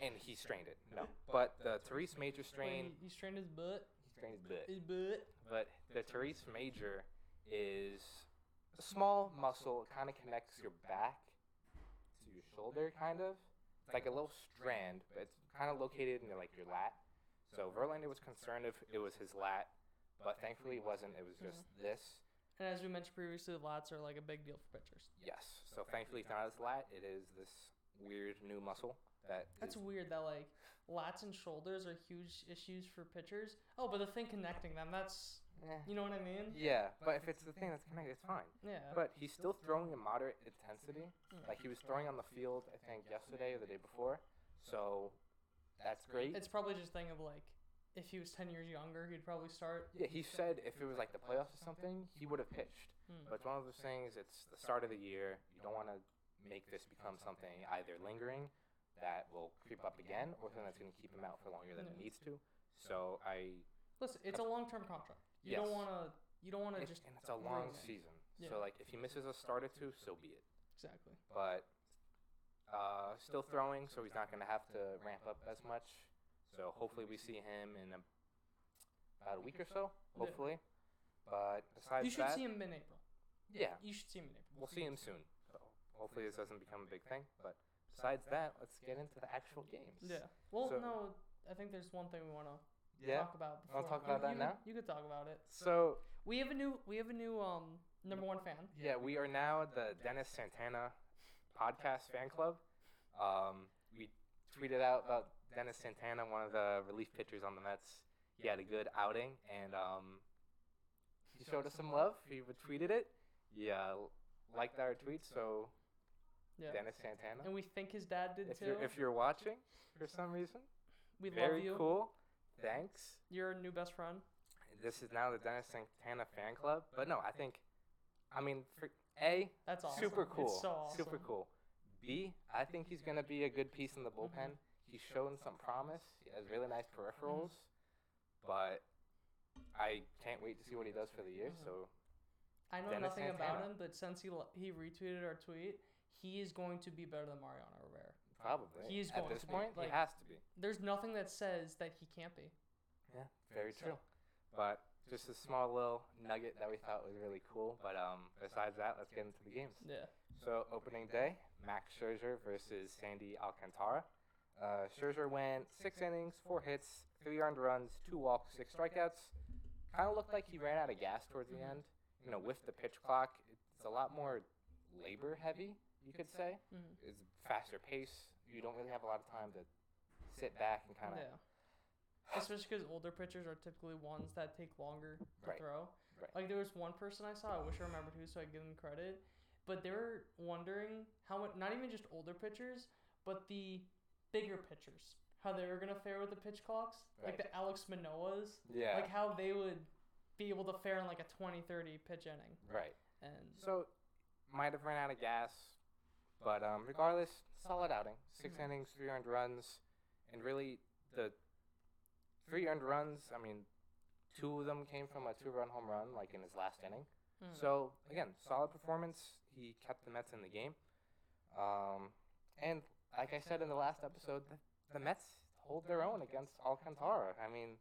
And he strained it. No, but the Therese Major strain, Wait, he strained his butt. he strained his butt His butt. but the teres major is a small muscle. It kind of connects your back to your shoulder, kind of. It's like a little strand, but it's kind of located in like your lat. So Verlander was concerned if it was his lat, but thankfully it wasn't. It was just this. And as we mentioned previously, the lats are like a big deal for pitchers. Yes. So thankfully it's not his lat. It is this weird new muscle that That's is- weird that like lats and shoulders are huge issues for pitchers. Oh, but the thing connecting them, that's Eh. you know what I mean? Yeah, but if it's the thing that's connected, it's fine. Yeah. But he's still throwing at moderate intensity. Mm. Like he was throwing on the field, I think, yesterday or the day before. So that's great. It's probably just thing of like if he was ten years younger, he'd probably start. Yeah, he said if it was like the playoffs or something, he would have pitched. Hmm. But it's one of those things, it's the start of the year. You don't want to make this become something either lingering that will creep up again or something that's going to keep him out for longer than it Yeah. needs to. So I. Listen, it's a long term contract. You don't Yes. wanna you don't wanna It's, just and it's a long ruin it. season. Yeah. So, like, if he misses a start or two, so be it. Exactly. but uh, still throwing, so he's not going to have to ramp up as much. So hopefully we see him in a, about a week or so, Yeah. hopefully. But besides You should that, see him mid April. yeah, You should see him in April. we'll see him soon. So hopefully this doesn't become a big thing. But besides that, let's get into the actual games. Yeah. Well, So- no, I think there's one thing we want to Yeah. talk about. Before Wanna talk we go. about that you now? Could, you could talk about it. So We have a new we have a new um number one fan. yeah, we are now the Dennis Santana podcast fan club. Um, we tweeted out about Dennis Santana, one of the relief pitchers on the Mets. He had a good outing, and um, he showed us some love. He retweeted it. Yeah, liked our tweet. So Yeah. Dennis Santana, And we think his dad did if too. you're if you're watching for some reason, we love very you. cool. Thanks. You're a new best friend. This is now the Dennis Santana fan club. But no, I think, I mean, for, a That's awesome. Super cool. It's so awesome. Super cool. B, I think he's going to be a good piece in the bullpen. He's shown some promise. He has really nice peripherals. But I can't wait to see what he does for the year. Mhm. So, I know Dennis nothing about Santana. him, but since he l- he retweeted our tweet, he is going to be better than Mariano Rivera. probably. He's At going this to be, point, like- he has to be. There's nothing that says that he can't be. Yeah, very So- true. But just a small little nugget that we thought was really cool. But um, besides that, let's get into the games. Yeah. So opening day, Max Scherzer versus Sandy Alcantara. Uh, Scherzer went six innings, four hits, three earned runs, two walks, six strikeouts. Kind of looked like he ran out of gas towards the end. You know, with the pitch clock, it's a lot more labor heavy, you could say. Mhm. It's faster pace. You don't really have a lot of time to sit back and kind of. Yeah. Especially because older pitchers are typically ones that take longer to Right. throw. Right. Like there was one person I saw. I wish I remembered who, so I give them credit. But they were wondering how much, not even just older pitchers, but the bigger pitchers, how they were gonna fare with the pitch clocks, like Right. the Alex Manoas, Yeah. like how they would be able to fare in like a 20, 30 pitch inning. right. And So, might have ran out of gas, but um, regardless, solid outing. 6 innings, three earned runs, and really the three earned runs. I mean, two of them came from a two-run home run, like in his last inning. Hmm. So again, solid performance. He kept the Mets in the game, um, and like I said in the last episode, the, the Mets hold their own against Alcantara. I mean,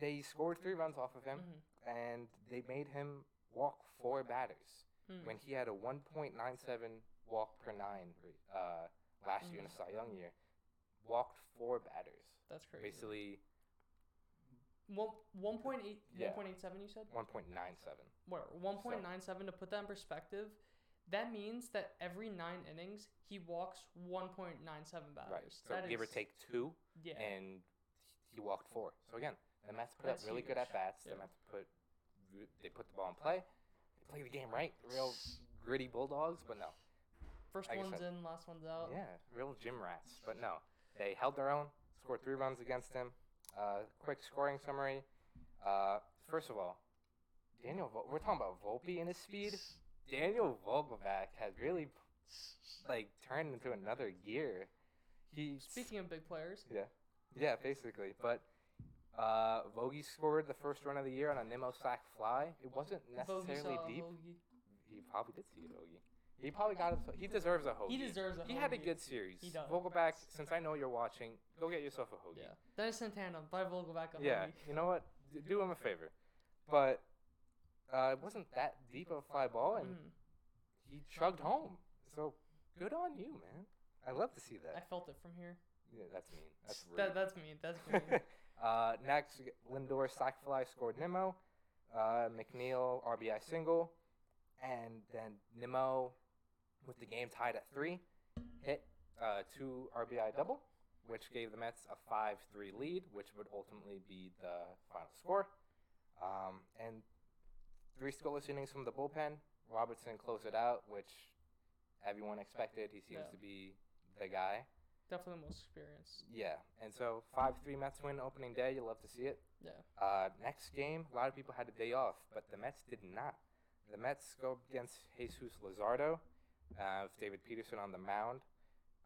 they scored three runs off of him Mhm. and they made him walk four batters Hmm. when he had a 1.97 walk per nine ra- uh, last year in his Cy Young year. Walked four batters, that's crazy. basically One one point eight, Yeah. one point eight seven. You said. 1.97. What, 1.97 to put that in perspective, that means that every nine innings he walks 1.97 batters. Right, so That give or is- take two, Yeah. and he walked four. So again, the Mets put That's up really huge. good at bats. Yeah. The Mets put re- they put the ball in play. They play the game right. Real gritty bulldogs, but no, First like I one's said- in, last one's out. Yeah, real gym rats. But no, they held their own, scored three runs against him. Uh, quick scoring summary. Uh, first of all, Daniel, Vol- we're talking about Volpe and his speed. Daniel Vogelback has really like turned into another gear. He Speaking of big players, yeah, yeah, basically. But uh, Vogie scored the first run of the year on a Nimmo sack fly. It wasn't Bogey necessarily saw a deep. bogey. He probably did see a hoagie. He probably got. A, he deserves a hoagie. deserves a He had a hoagie. good series. He does. Vogelback, since I know you're watching, go get yourself a hoagie. Yeah. Dennis Santana, by Vogelback. a Yeah, hoagie. you know what? D- do him a favor. But uh, it wasn't that deep of a fly ball, and Mhm. he chugged home. So good on you, man. I love to see I that. felt it from here. Yeah, that's mean. That's rude. That, that's me. That's me. uh, next, we get Lindor sack fly scored Nimmo. Uh, McNeil RBI single, and then Nimmo with the game tied at three hit uh, two RBI double, which gave the Mets a five three lead, which would ultimately be the final score. Um, and three scoreless innings from the bullpen. Robertson closed it out, which everyone expected. He seems Yeah. to be the guy. Definitely the most experienced. Yeah, and so five three Mets win opening day. You'll love to see it. Yeah. Uh, next game, a lot of people had a day off, but the Mets did not. The Mets go against Jesus Lazardo, uh, with David Peterson on the mound.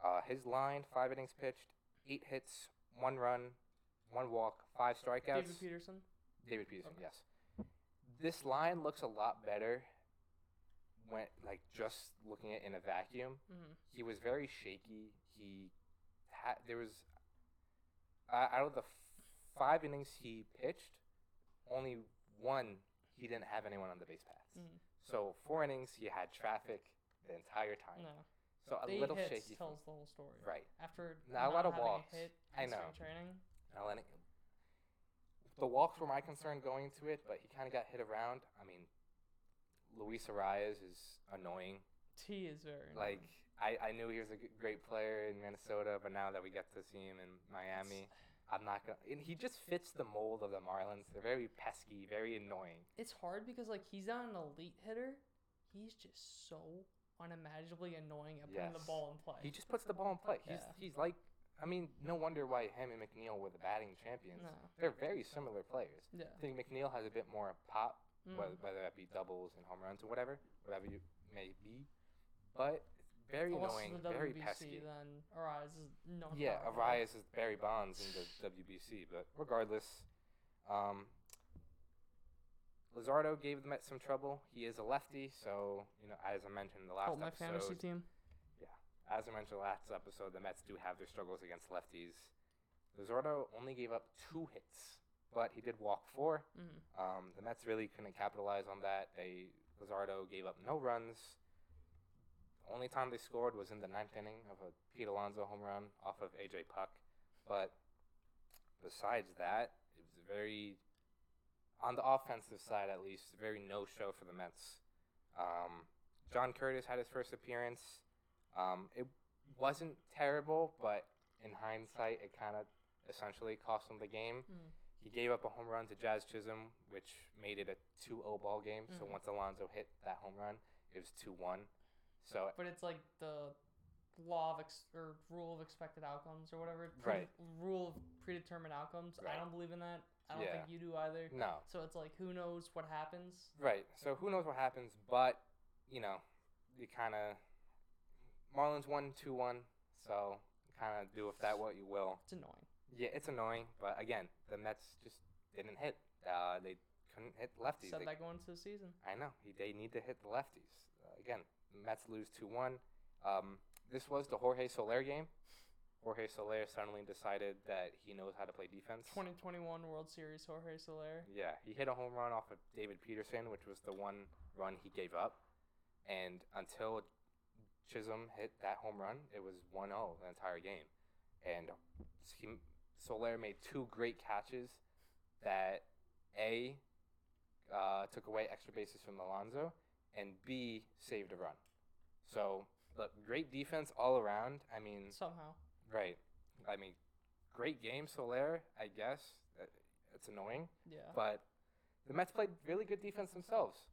Uh, his line: five innings pitched, eight hits, one run, one walk, five strikeouts. David Peterson. David Peterson, yes. This line looks a lot better when, like, just looking at it in a vacuum hmm he was very shaky. He had there was uh, out of the f- five innings he pitched, only one he didn't have anyone on the base paths. Mhm. So four innings he had traffic the entire time. No. So a The eight little hits shaky, from- tells the whole story. right? After Not a lot of having walks. hit I in spring know. Training. Now, Lenny- the walks were my concern going into it, but he kind of got hit around. I mean, Luis Arias is annoying. T is very Like I, I knew he was a g- great player in Minnesota, but now that we get to see him in Miami, I'm not gonna. And he just fits the mold of the Marlins. They're very pesky, very annoying. it's hard because like he's not an elite hitter. He's just so unimaginably annoying at putting the Yes. ball in play. He just puts the ball in play. He's Yeah. he's like, I mean, no wonder why him and McNeil were the batting champions. No. They're very similar players. yeah. I think McNeil has a bit more pop, Mm. whether, whether that be doubles and home runs or whatever, whatever you may be. But very Unless it's annoying, the very WBC, pesky. Then Arias is not. Yeah, powerful. Arias is Barry Bonds in the WBC, but regardless, um, Lazardo gave the Mets some trouble. He is a lefty, so you know, as I mentioned in the last Help Oh, my fantasy episode, team. as I mentioned last episode, the Mets do have their struggles against lefties. Lazardo only gave up two hits, but he did walk four. Mhm. Um, the Mets really couldn't capitalize on that. They Lazardo gave up no runs, Only time they scored was in the ninth inning of a Pete Alonso home run off of AJ Puck. But besides that, it was a very, on the offensive side at least, a very no show for the Mets. Um, John Curtis had his first appearance. Um, it wasn't terrible, but in hindsight, it kind of essentially cost him the game. Mm. He gave up a home run to Jazz Chisholm, which made it a 2-0 ball game. So Mhm. once Alonso hit that home run, it was 2-1. So But it's like the law of ex- or rule of expected outcomes or whatever. Right. Rule of predetermined outcomes. I Right. don't believe in that. I don't Yeah. think you do either. no, So it's like who knows what happens. right. So who knows what happens, but you know, you kind of Marlins won 2-1. So kind of do with that what you will. It's annoying. Yeah, it's annoying, but again, the Mets just didn't hit. Uh, they couldn't hit lefties. Said They- that going into the season. I know he- they need to hit the lefties. Uh, again, the Mets lose two one. Um, this was the Jorge Soler game. Jorge Soler suddenly decided that he knows how to play defense. 2021 World Series Jorge Soler. Yeah, he hit a home run off of David Peterson, which was the one run he gave up. And until Chisholm hit that home run, it was 1 0 the entire game. And he, Soler made two great catches that A, uh, took away extra bases from Alonzo, and B, saved a run. So, look, great defense all around. I mean, Somehow. right. I mean, great game, Soler, I guess. Uh, It's annoying. Yeah. But the Mets played really good defense themselves.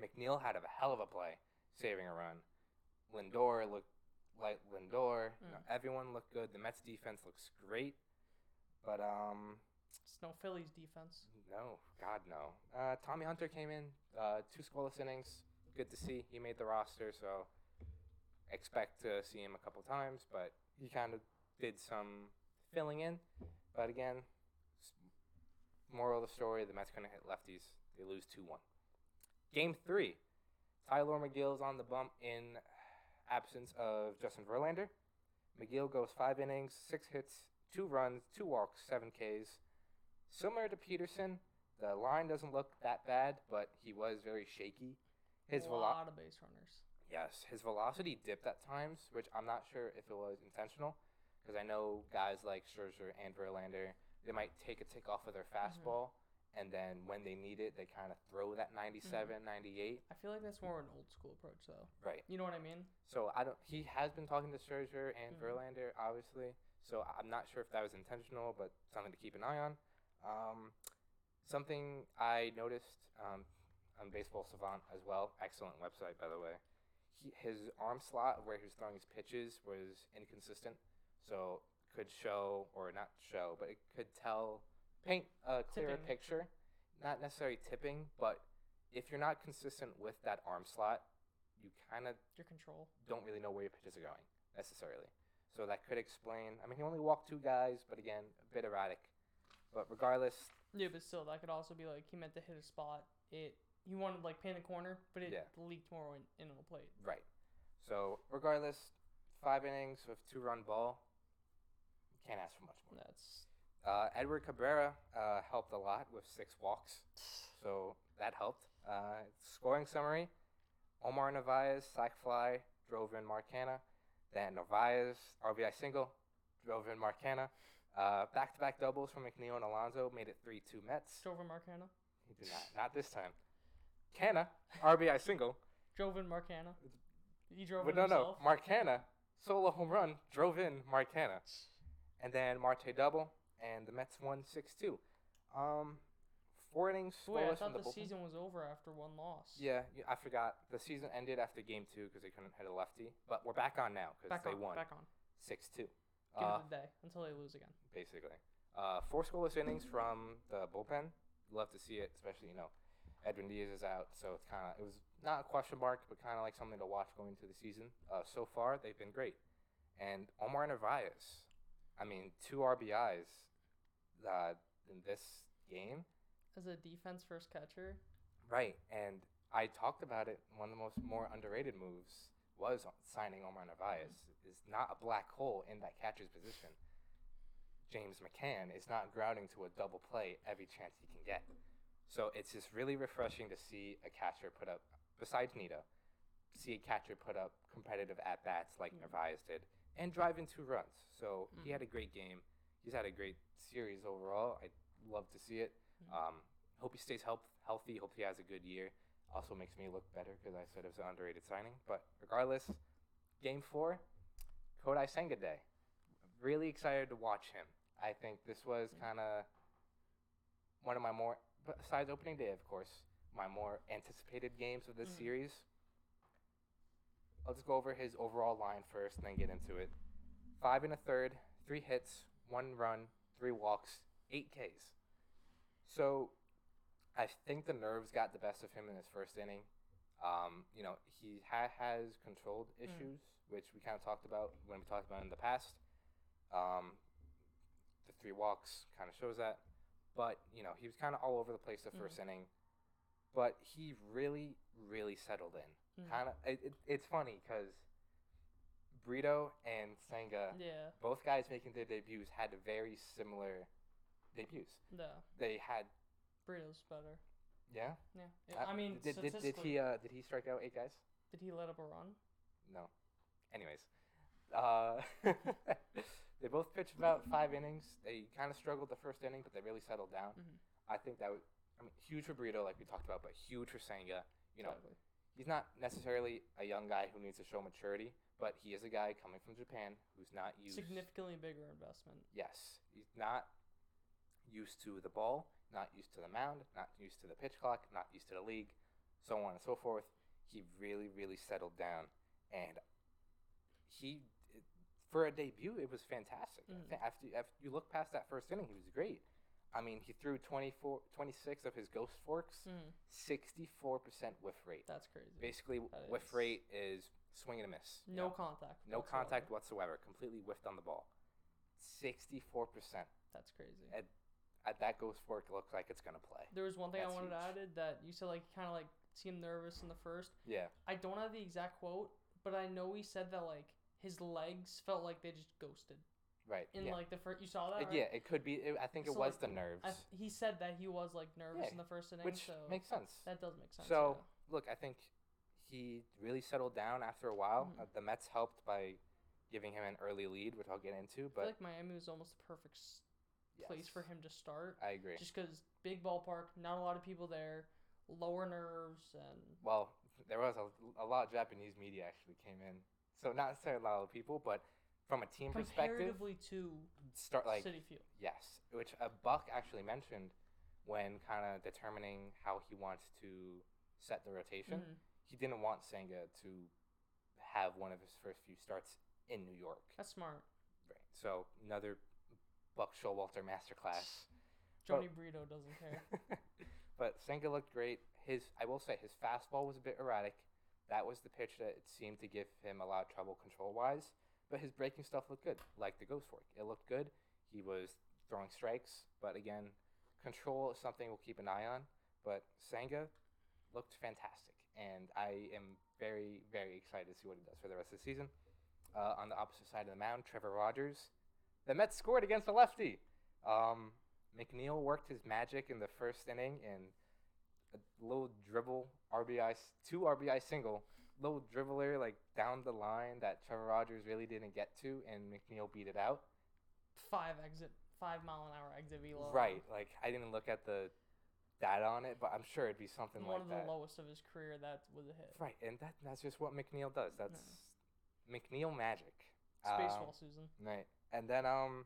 McNeil had a hell of a play, saving a run. Lindor looked like Lindor. You know, everyone looked good. The Mets defense looks great. But um, It's no Phillies defense. no, God no. Uh, Tommy Hunter came in, uh, two scoreless innings. Good to see. He made the roster, so expect to see him a couple times. But he kind of did some filling in. But again, s- moral of the story: the Mets couldn't hit lefties. They lose two one. Game three, Tyler McGill's on the bump in absence of Justin Verlander. McGill goes five innings, six hits, two runs, two walks, seven Ks similar to Peterson, the line doesn't look that bad, but he was very shaky. His a velo- lot of base runners. yes, his velocity dipped at times, which I'm not sure if it was intentional, because I know guys like Scherzer and Verlander, they might take a tick off of their fastball, and then when they need it, they kind of throw that 97, 98. I feel like that's more of an old school approach though. Right. You know what I mean? So I don't. He has been talking to Scherzer and Mhm. Verlander, obviously. So I- I'm not sure if that was intentional, but something to keep an eye on. Um, something I noticed um, on Baseball Savant as well. Excellent website, by the way. He, his arm slot where he was throwing his pitches was inconsistent, so could show or not show, but it could tell paint a clearer Tipping. picture. Not necessarily tipping, but if you're not consistent with that arm slot, you kind of Your control. don't really know where your pitches are going necessarily. So that could explain. I mean, he only walked two guys, but again, a bit erratic. But regardless, Yeah, but still, that could also be like he meant to hit a spot. It he wanted like paint a corner, but it Yeah. leaked more in, into the plate. right. So regardless, five innings with two run ball. Can't ask for much more. That's Uh, Edward Cabrera uh, helped a lot with six walks, so that helped. Uh, scoring summary: Omar Narvaez sack fly drove in Marcana, then Narvaez RBI single drove in Marcana. Uh, back-to-back doubles from McNeil and Alonso made it three-two Mets. Jovan Marcana. He did not, not this time. Canna RBI single, Jovan Marcana. He drove but it no, no himself. Marcana solo home run drove in Marcana. and then Marte double, and the Mets won six two. Um, four innings Wait, I scoreless thought from the the, bullpen. season was over after one loss. Yeah, yeah, I forgot. The season ended after game two because they couldn't hit a lefty, but we're back on now because back they on. won Back on. six two, Give uh, it a day until they lose again. basically. Uh, four scoreless innings from the bullpen. Love to see it, especially you know, Edwin Diaz is out, so it's kind of it was not a question mark, but kind of like something to watch going into the season. Uh, so far they've been great, and Omar Narvaez, I mean, two RBIs uh, in this game. As a defense first catcher, Right, and I talked about it. One of the most more underrated moves was signing Omar Narvaez. Is not a black hole in that catcher's position. James McCann is not grounding to a double play every chance he can get. So it's just really refreshing to see a catcher put up, besides Nita, see a catcher put up competitive at bats like Narvaez did and drive in two runs. So he had a great game. He's had a great series overall. I love to see it. Um, hope he stays health, healthy. Hope he has a good year. Also makes me look better because I said it was an underrated signing. But regardless, game four, Kodai Senga Day. Really excited to watch him. I think this was kind of one of my more, besides opening day, of course, my more anticipated games of this series. Let's go over his overall line first and then get into it. Five and a third, three hits, one run, three walks, eight Ks. So I think the nerves got the best of him in his first inning. Um, you know, he ha- has controlled issues, which we kind of talked about when we talked about in the past. Um, the three walks kind of shows that. But, you know, he was kind of all over the place the 1st inning. But he really, really settled in. Kind of, it, it, it's funny because Brito and Senga, Yeah. both guys making their debuts, had very similar debuts. No. They had, Brito's better. yeah. Yeah. I, I mean, Ah, did, did, did statistically, he uh, did he strike out eight guys? did he let up a run? No. Anyways, uh, they both pitched about five innings. They kind of struggled the first inning, but they really settled down. Mm-hmm. I think that would, I mean, huge for Brito, like we talked about, but huge for Senga. You know, Totally. he's not necessarily a young guy who needs to show maturity, but he is a guy coming from Japan who's not used. Significantly bigger investment. Yes, he's not used to the ball, not used to the mound, not used to the pitch clock, not used to the league, so on and so forth. He really, really settled down, and he, for a debut, it was fantastic. Mm. I think after, after you look past that first inning, he was great. I mean, he threw 24, 26 of his ghost forks, sixty-four percent whiff rate. Mm-hmm, That's crazy. Basically, That whiff Mm. is- rate is swing and a miss. you no know? contact. no whatsoever. contact whatsoever. Completely whiffed on the ball. Sixty-four percent. That's crazy. At, at that ghost fork looks like it's gonna play. There was one thing I That's wanted to huge. add in that you said like kind of like seemed nervous in the first. Yeah. I don't have the exact quote, but I know he said that like his legs felt like they just ghosted Right. in yeah. like the first. You saw that? It- right? yeah. It could be. It, I think it So, was like, the nerves, I, he said that he was like nervous Yeah, in the first inning, which so makes sense. that does make sense. so yeah. look, I think he really settled down after a while. Mm-hmm. Uh, the Mets helped by giving him an early lead, which I'll get I feel into. But like Miami was almost the perfect s- place for yes, him to start, I agree. just because big ballpark, not a lot of people there, lower nerves, and well, there was a, a lot of Japanese media actually came in, so not necessarily a lot of people, but from a team perspective, comparatively to start like City Field. Yes, which uh, Buck actually mentioned when kind of determining how he wants to set the rotation. Mm-hmm, He didn't want Senga to have one of his first few starts in New York. That's smart. Right. So another Buck Showalter masterclass. Jody Brito doesn't care. but Senga looked great. His I will say his fastball was a bit erratic. That was the pitch that it seemed to give him a lot of trouble control wise. But his breaking stuff looked good, like the ghost fork. It looked good. He was throwing strikes, but again, control is something we'll keep an eye on. But Senga looked fantastic, and I am very, very excited to see what he does for the rest of the season. Uh, on the opposite side of the mound, Trevor Rogers. The Mets scored against a lefty. Um, McNeil worked his magic in the first inning and a little dribble RBI, s- two RBI single, little dribbler like down the line that Trevor Rogers really didn't get to, and McNeil beat it out. five exit, five mile an hour exit velo. Right, like I didn't look at the data on it, but I'm sure it'd be something One like of that. the lowest of his career. That was a hit. Right, and that that's just what McNeil does. That's McNeil magic. Um, Spaceball, Susan. Right. And then um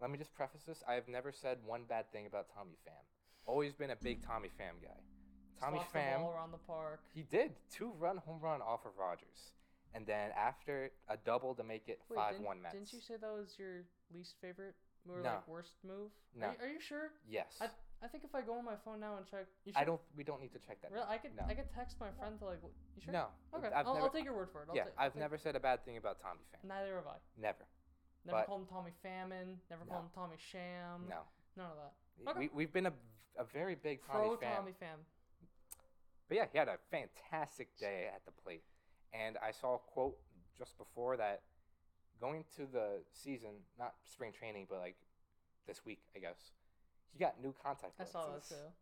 let me just preface this. I have never said one bad thing about Tommy Pham. Always been a big Tommy Pham guy. Tommy Tossed the ball Pham, around the park. he did two run home run off of Rogers. And then after a double to make it Wait, 5 didn't, 1 Mets. Didn't you say that was your least favorite? Or No. like worst move? No. Are you, are you sure? Yes. I I think if I go on my phone now and check, you I sure? don't we don't need to check that. Really, now. I could no. I could text my friend to like. w- You sure? No. Okay. I've I'll, never, I'll take your word for it. I'll Yeah, ta- I'll I've take- never said a bad thing about Tommy Pham. Neither have I. Never. Never But- called him Tommy Famine. Never No. called him Tommy Sham. No. None of that. Um, Okay. We we've been a, a very big Pro Tommy Pham. Tommy Fam. But yeah, he had a fantastic day at the plate. And I saw a quote just before that going to the season, not spring training, but like this week, I guess, he got new contact I lenses. saw that too.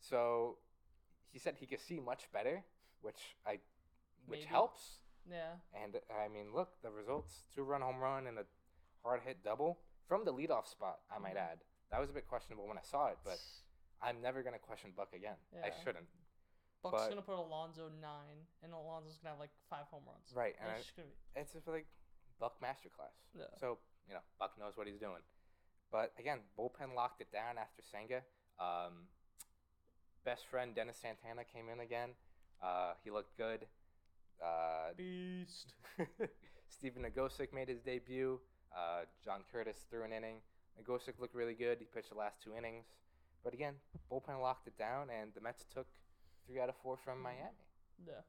So he said he could see much better, which I which Maybe. helps. Yeah. And uh, I mean, look, the results: two-run home run and a hard-hit double from the leadoff spot. I might Mhm. add that was a bit questionable when I saw it, but I'm never gonna question Buck again. I Yeah. shouldn't. Buck's but- gonna put Alonzo nine, and Alonzo's gonna have like five home runs. Right, And and I- it's just gonna be it's just like Buck masterclass. Yeah. So you know Buck knows what he's doing. But again, bullpen locked it down after Senga. Um, best friend Dennis Santana came in again. Uh, he looked good. Uh, beast. Steven Nagosik made his debut. Uh, John Curtis threw an inning. Nagosik looked really good. He pitched the last two innings. But again, bullpen locked it down, and the Mets took three out of four from Miami. Yeah.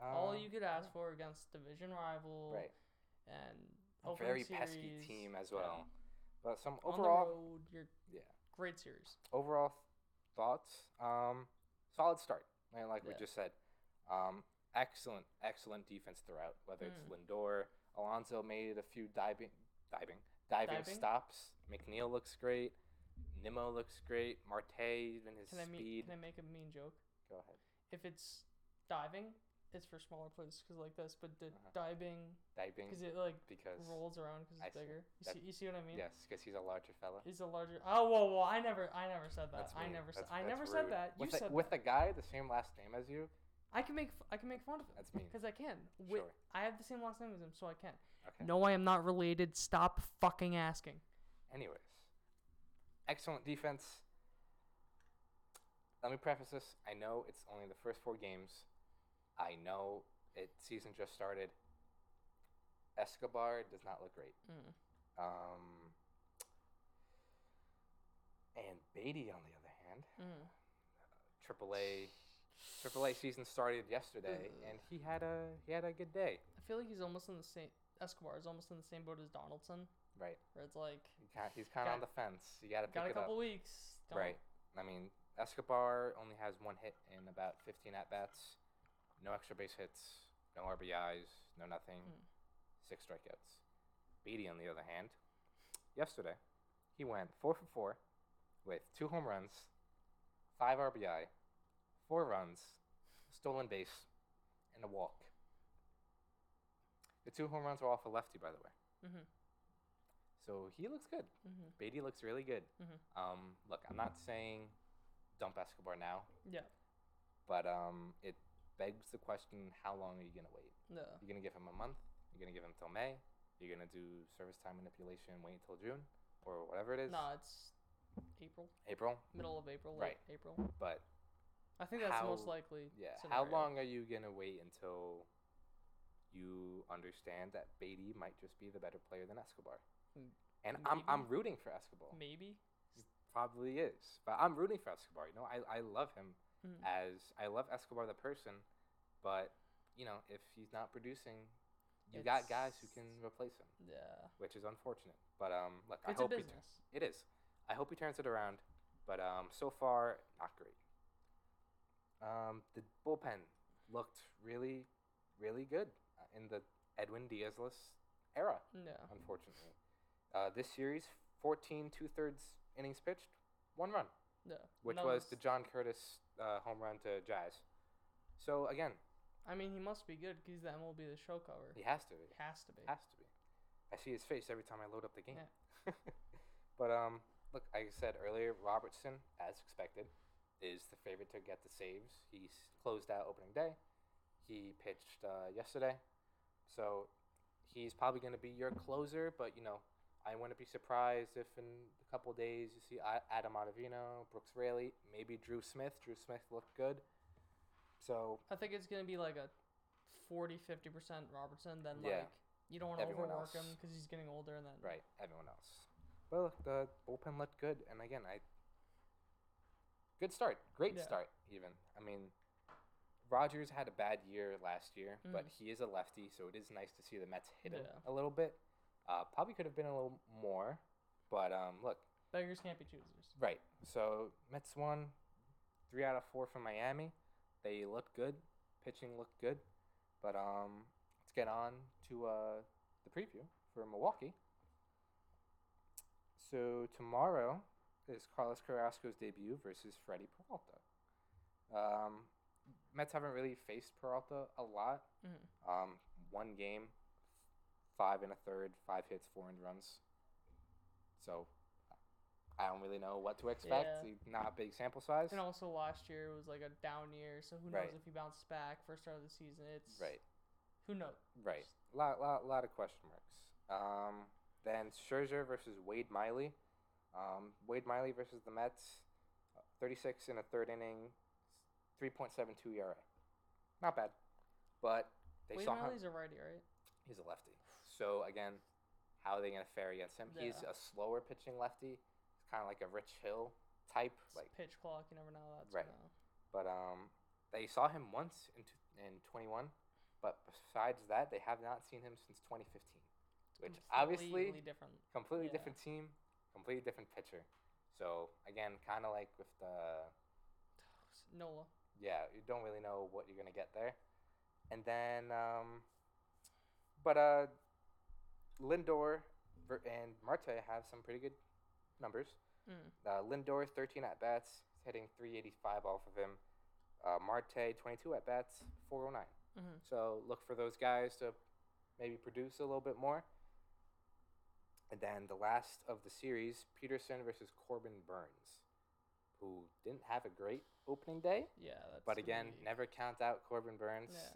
All Um, you could ask for against division rival. Right. And A opening very pesky series, team as yeah. well. But some On the overall, road, you're yeah, great series. overall th- thoughts. Um, solid start, and like Yeah. we just said, um, excellent, excellent defense throughout. Whether it's Mm. Lindor, Alonso made a few diving, diving, diving, Diving? stops. McNeil looks great. Nimmo looks great. Marte and his Can I mean? speed. Can I make a mean joke? Go ahead. If it's diving, it's for smaller plays because like this, but the Uh-huh. diving Diving because it like because rolls around because I it's see. bigger. You That- see, you see what I mean? yes, because he's a larger fella. He's a larger. Oh whoa whoa! I never I never said that. That's I mean. never said That's- I that's never said rude. that. You with a, said with that. a guy the same last name as you. I can make f- I can make fun of him That's mean. because I can. Wait, Sure. I have the same last name as him, so I can. Okay. No, I am not related. Stop fucking asking. Anyways, excellent defense. Let me preface this. I know it's only the first four games. I know it season just started. Escobar does not look great. Mm. Um, and Beatty, on the other hand, Mm. AAA, AAA season started yesterday, Mm. and he had a he had a good day. I feel like he's almost in the same. Escobar is almost in the same boat as Donaldson, Right, where it's like He ki- he's kind of on the fence. You got to pick got a it up. couple weeks. Don't. Right. I mean, Escobar only has one hit in about 15 at bats. No extra base hits, no RBIs, no nothing. Mm. Six strikeouts. Beatty, on the other hand, yesterday, he went four for four with two home runs, five RBI, four runs, stolen base, and a walk. The two home runs were off a lefty, by the way. Mhm. So he looks good. Mhm. Beatty looks really good. Mhm. Um, look, I'm not saying dump Escobar now, Yeah. but um, it begs the question: How long are you gonna wait? No. You're gonna give him a month? You're gonna give him till May? You're gonna do service time manipulation, and wait until June, or whatever it is, Nah, it's April, April. middle of April, late Right. April. But I think that's the most How- likely. yeah, scenario. how long are you gonna wait until you understand that Beatty might just be the better player than Escobar? M- And I'm, maybe. I'm rooting for Escobar. Maybe. probably is. But I'm rooting for Escobar. You know, I, I love him Mhm. as I love Escobar the person, but you know, if he's not producing, you got guys who can It's- replace him, Yeah. which is unfortunate. But um, look, I It's a hope he business. tur- it is. I hope he turns it around, but um, so far not great. Um, the bullpen looked really, really good uh, in the Edwin Diaz-less era Yeah. unfortunately. Uh, this series, 14 two thirds innings pitched, one run, Yeah. which That was the John Curtis uh, home run to Jazz. So again, I mean, he must be good because he's the MLB the show cover. he has to be. Has to be. Has to be. I see his face every time I load up the game. Yeah. but um, look, like I said earlier, Robertson, as expected, is the favorite to get the saves. He's closed out opening day. He pitched uh, yesterday, so he's probably going to be your closer. But you know, I wouldn't be surprised if in a couple days you see A- Adam Ottavino, Brooks Raley, maybe Drew Smith. Drew Smith looked good. So I think it's gonna be like a 40, 50 percent Robertson. Then Yeah. like you don't want to Everyone overwork him else. because he's getting older. And then Right, everyone else. But look, the bullpen looked good, and again, I good start, great Yeah. start, even. I mean, Rogers had a bad year last year, but Mhm. he is a lefty, so it is nice to see the Mets hit him Yeah. a little bit. Uh, probably could have been a little more, but um, look, beggars can't be choosers. right. So Mets won, three out of four from Miami. They looked good, pitching looked good, but um, let's get on to uh, the preview for Milwaukee. So tomorrow is Carlos Carrasco's debut versus Freddie Peralta. Um, Mets haven't really faced Peralta a lot. Mhm. Um, one game, five and a third, five hits, four and runs. So, I don't really know what to expect. Yeah. Not a big sample size. And also last year was like a down year, so who knows Right. if he bounces back first start of the season? It's right, Who knows? right. Lot, lot, lot of question marks. Um, then Scherzer versus Wade Miley. Um, Wade Miley versus the Mets, uh, 36 in a third inning, 3.72 ERA. E Not bad, but they Wade saw him. Miley's a righty, right? He's a lefty. So again, how are they going to fare against him? He's Yeah. a slower pitching lefty. He's kind of like a Rich Hill type. It's Like, pitch clock. You never know. That's Right. no. but um, they saw him once in t- in 21, but besides that, they have not seen him since 2015, which obviously Completely different. completely yeah. different team, completely different pitcher. So again, kind of like with the Nola. yeah, you don't really know what you're gonna get there. And then, um, but uh, Lindor ver- and Marte have some pretty good numbers. Mm. Uh, Lindor 13 at bats, hitting 385 off of him. Uh, Marte 22 at bats, 409. Mhm. So look for those guys to maybe produce a little bit more. And then the last of the series, Peterson versus Corbin Burns, who didn't have a great opening day. Yeah. That's But again, really- never count out Corbin Burns. Yeah.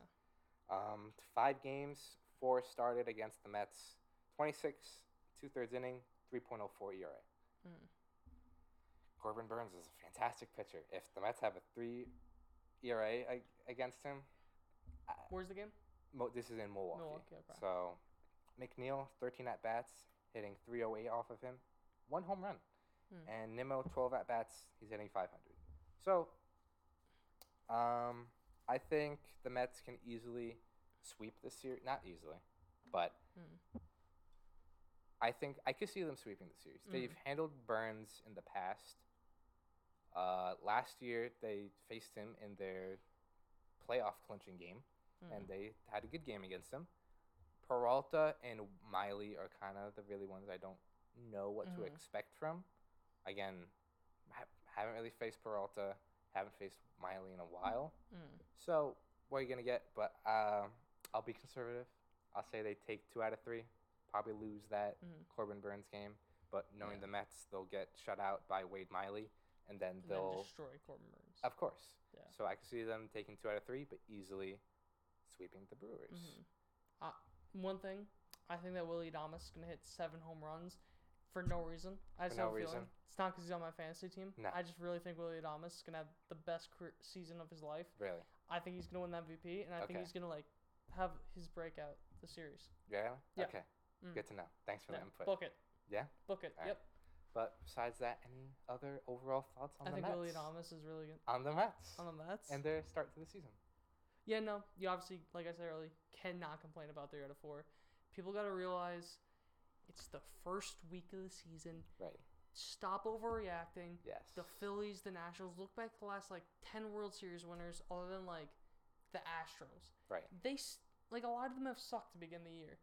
Um, five games, four started against the Mets. 26, two thirds inning, 3.04 ERA. Mm. E Corbin Burns is a fantastic pitcher. If the Mets have a three ERA ag- against him, Where's the game? Mo- this is in Milwaukee. Milwaukee, okay. So McNeil, 13 at bats, hitting 308 off of him, one home run. Hmm. And Nimmo, 12 at bats, he's hitting 500. So um, I think the Mets can easily sweep this series. Not easily, but Hmm. I think I could see them sweeping the series. Hmm. They've handled Burns in the past. Uh, last year, they faced him in their playoff clinching game and Mm-hmm. they had a good game against them. Peralta and Miley are kind of the really ones I don't know what to Mhm. expect from. Again, ha- haven't really faced Peralta, haven't faced Miley in a while. Mm. So what are you gonna get? But um, I'll be conservative. I'll say they take two out of three. Probably lose that Mhm. Corbin Burns game. But knowing Yeah. the Mets, they'll get shut out by Wade Miley, and then And they'll then destroy Corbin Burns. of course. Yeah. So I could see them taking two out of three, but easily sweeping the Brewers. Mhm. I- one thing, I think that Willie Adamas is gonna hit seven home runs for no reason. I just For no have a feeling. reason. It's not because he's on my fantasy team. No. I just really think Willie Adamas is gonna have the best career season of his life. Really? I think he's gonna win the MVP, and I Okay. think he's gonna like have his breakout the series. Really? Yeah. Okay. Mm. Good to know. Thanks for Yeah, the input. Book it. Yeah? Book it. All right. yep. but besides that, any other overall thoughts on I the think Mets? Willie Adamas is really good on the Mets. on the Mets. and their start to the season. Yeah, no. You obviously, like I said earlier, cannot complain about three out of four. People got to realize it's the first week of the season. Right. Stop overreacting. Yes. The Phillies, the Nationals, look back to the last like 10 World Series winners, other than like the Astros. right. They, s- like, a lot of them have sucked to begin the year.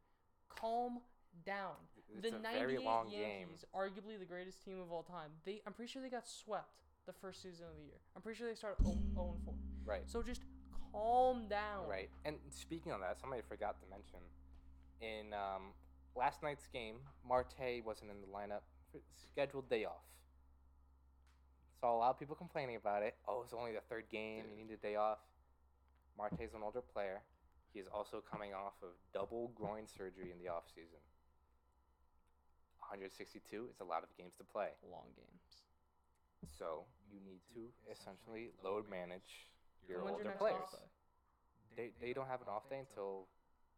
Calm down. It's the a 98 very long game. Yankees, arguably the greatest team of all time, they I'm pretty sure they got swept the first season of the year. I'm pretty sure they started 0 0 and 4. Right. So just calm down. Right. And speaking of that, somebody forgot to mention in um, last night's game, Marte wasn't in the lineup for scheduled day off. Saw a lot of people complaining about it. Oh, it's only the third game. You need a day off. Marte's an older player. He is also coming off of double groin surgery in the offseason. 162 is a lot of games to play. Long games. So you need to essentially load manage your And when's older your next players. off day? They, they don't have an off day until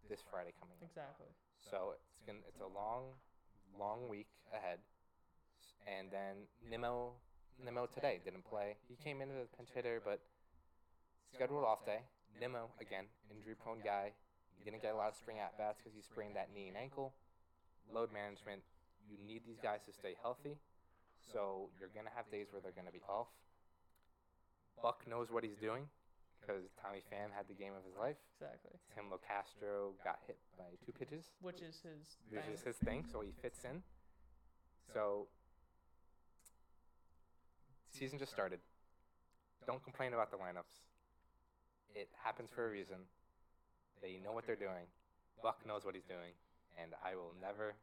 this Friday coming up. Exactly. So it's gonna it's a long, long week ahead. And then Nimmo Nimmo today didn't play. He came in as a pinch hitter, but scheduled off day. Nimmo again, injury prone guy. He didn't get a lot of spring at bats because he sprained that knee and ankle. Load management. You need these guys to stay healthy. So you're gonna have days where they're gonna be off. Buck knows what he's doing because Tommy Pham had the game of his life. Exactly. Tim LoCastro got hit by two pitches, Which is his. which thing. is his thing, so he fits in. So, season just started. Don't complain about the lineups. It happens for a reason. They know what they're doing. Buck knows what he's doing, and I will never,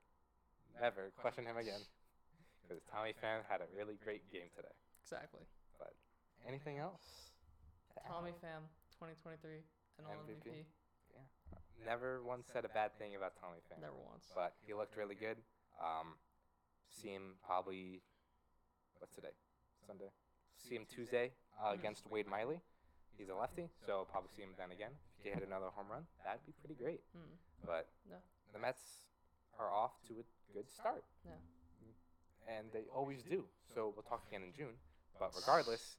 never question him again. Because Tommy Fan had a really great game today. Exactly. Anything else? to add? Tommy Pham, 2023, and all MVP. MVP. Never once said a bad thing about Tommy Fan. Never once. but he looked really good. Um, see him probably what's today? Sunday. See him Tuesday uh, Mhm. against Wade Miley. He's a lefty, so I'll probably see him then again. If he hit another home run, that'd be pretty great. Mm. But No. the Mets are off to a good start. Yeah. And they always do. So we'll talk again in June. But regardless,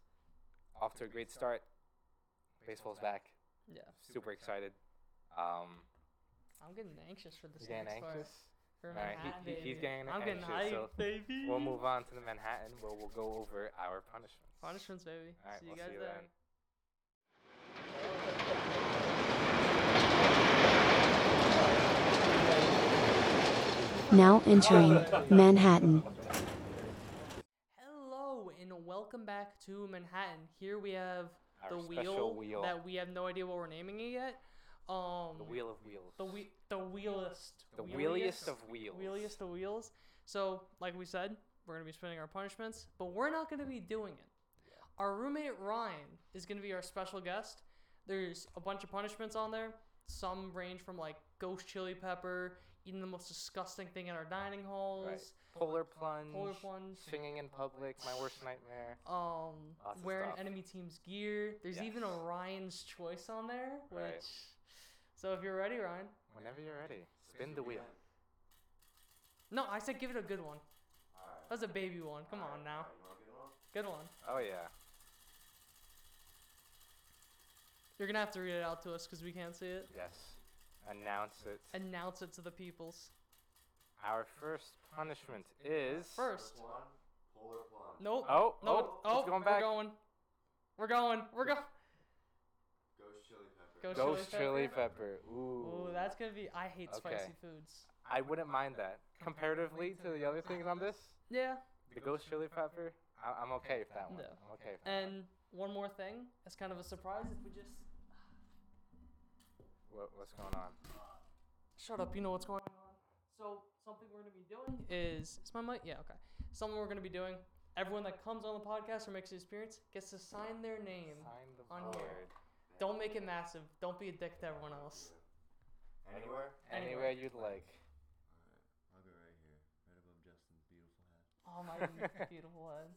off to a great start. Baseball's back. Yeah. Super excited. Um, I'm getting anxious for this you getting next part. anxious? For Alright, he- Manhattan, he- he's baby. getting I'm getting anxious, so hyped, baby. We'll move on to the Manhattan where we'll go over our punishments. Punishments, baby. All right, see we'll you guys see you there. then. Now entering Manhattan. Hello and welcome back to Manhattan. Here we have Our the wheel, special wheel. that we have no idea what we're naming it yet. Um, The wheel of wheels. the whe- the wheelist, The wheeliest of wheels. wheeliest of wheels. So, like we said, we're gonna be spinning our punishments, but we're not gonna be doing it. Our roommate Ryan is gonna be our special guest. There's a bunch of punishments on there. Some range from like ghost chili pepper, eating the most disgusting thing in our dining halls. Polar plunge. Polar plunge. Singing in public. My worst nightmare. um Lots of wearing stuff. enemy team's gear. There's even a Yes. Ryan's choice on there, which Right. so if you're ready, Ryan. Whenever you're ready, spin the wheel. No, I said give it a good one. That's a baby one. Come on now. Good one. Oh yeah. You're gonna have to read it out to us because we can't see it. Yes. Announce it. Announce it to the peoples. Our first punishment is First. One, polar plunge. Nope. Oh, Nope. oh, it's going back. We're going. We're going. We're going. Ghost chili pepper. Ghost ghost chili chili pepper. Ooh. Ooh, that's gonna be. I hate spicy Okay. foods. I wouldn't mind that comparatively to the other things on this. Yeah. The ghost chili pepper. I- I'm okay with that one. No. I'm okay. With that one. And one more thing, as kind of a surprise, if we just What, what's going on? Shut up, you know what's going on. So, something we're going to be doing is. Is my mic? Yeah, okay. Something we're going to be doing. Everyone that comes on the podcast or makes the experience gets to sign their name. Sign the on board. here. Don't make it massive. Don't be a dick to everyone else. Anywhere? Anywhere. Anywhere you'd like. I'll be right here, right above Justin's beautiful head. Oh, my beautiful head.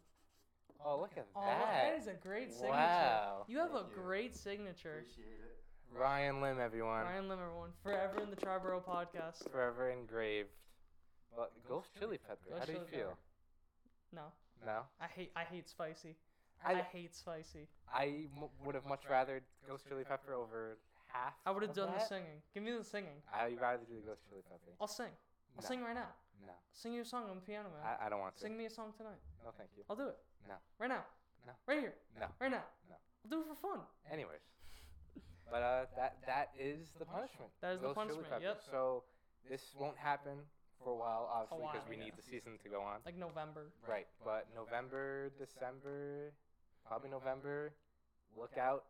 Oh, look at Oh, look, that that. is a great signature. Wow. You have a Thank you. great signature. Appreciate it. Ryan Lim, everyone. Ryan Lim, everyone. Forever in the Triborough podcast. Forever engraved. But ghost chili pepper. Ghost How do you chili feel? No, No. I hate I hate spicy. I, I hate spicy. I m- would have much rather ghost chili pepper over half. I would have of done the that. singing. Give me the singing. I'd rather do the ghost chili pepper. I'll sing. I'll No. sing right now. No. Sing you a song on the piano, man. I, I don't want to. Sing me a song tonight. No, thank you. I'll do it. No. Right now. No. Right here. No. Right now. No. I'll do it for fun. Anyways, but uh, that that is the punishment. That is the Ghost chili punishment, yep. pepper. So this won't happen for a while, obviously, while, because we yeah. need the season to go on. Like November. Right, but November, December, probably November. Look out!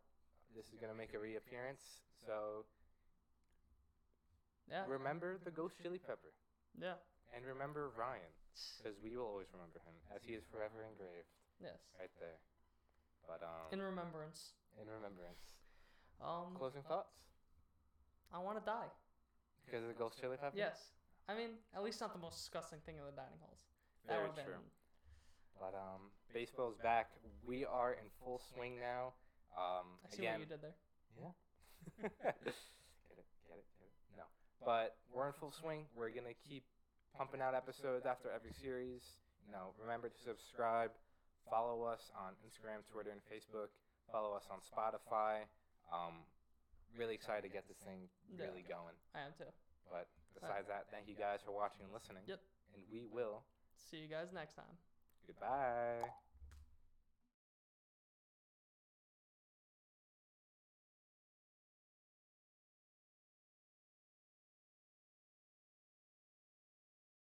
This is gonna make a reappearance. So Yeah. remember the ghost chili pepper, Yeah. and remember Ryan, because we will always remember him, as he is forever engraved Yes. right there. But um, In remembrance. in remembrance. Um, Closing thoughts? I want to die. Because of the ghost chili pepper. Yes. I mean, at least not the most disgusting thing in the dining halls. That Very would've true. been- But um, baseball's back. We are in full swing now. Um, I see what again, you did there. get it, get it, get it. No, but we're in full swing. We're gonna keep pumping out episodes after every series. You know, remember to subscribe, follow us on Instagram, Twitter, and Facebook. Follow us on Spotify. Um, really excited to get this thing Yeah. really going. I am too. But besides that, thank you guys for watching and listening. Yep. And we will. See you guys next time. Goodbye.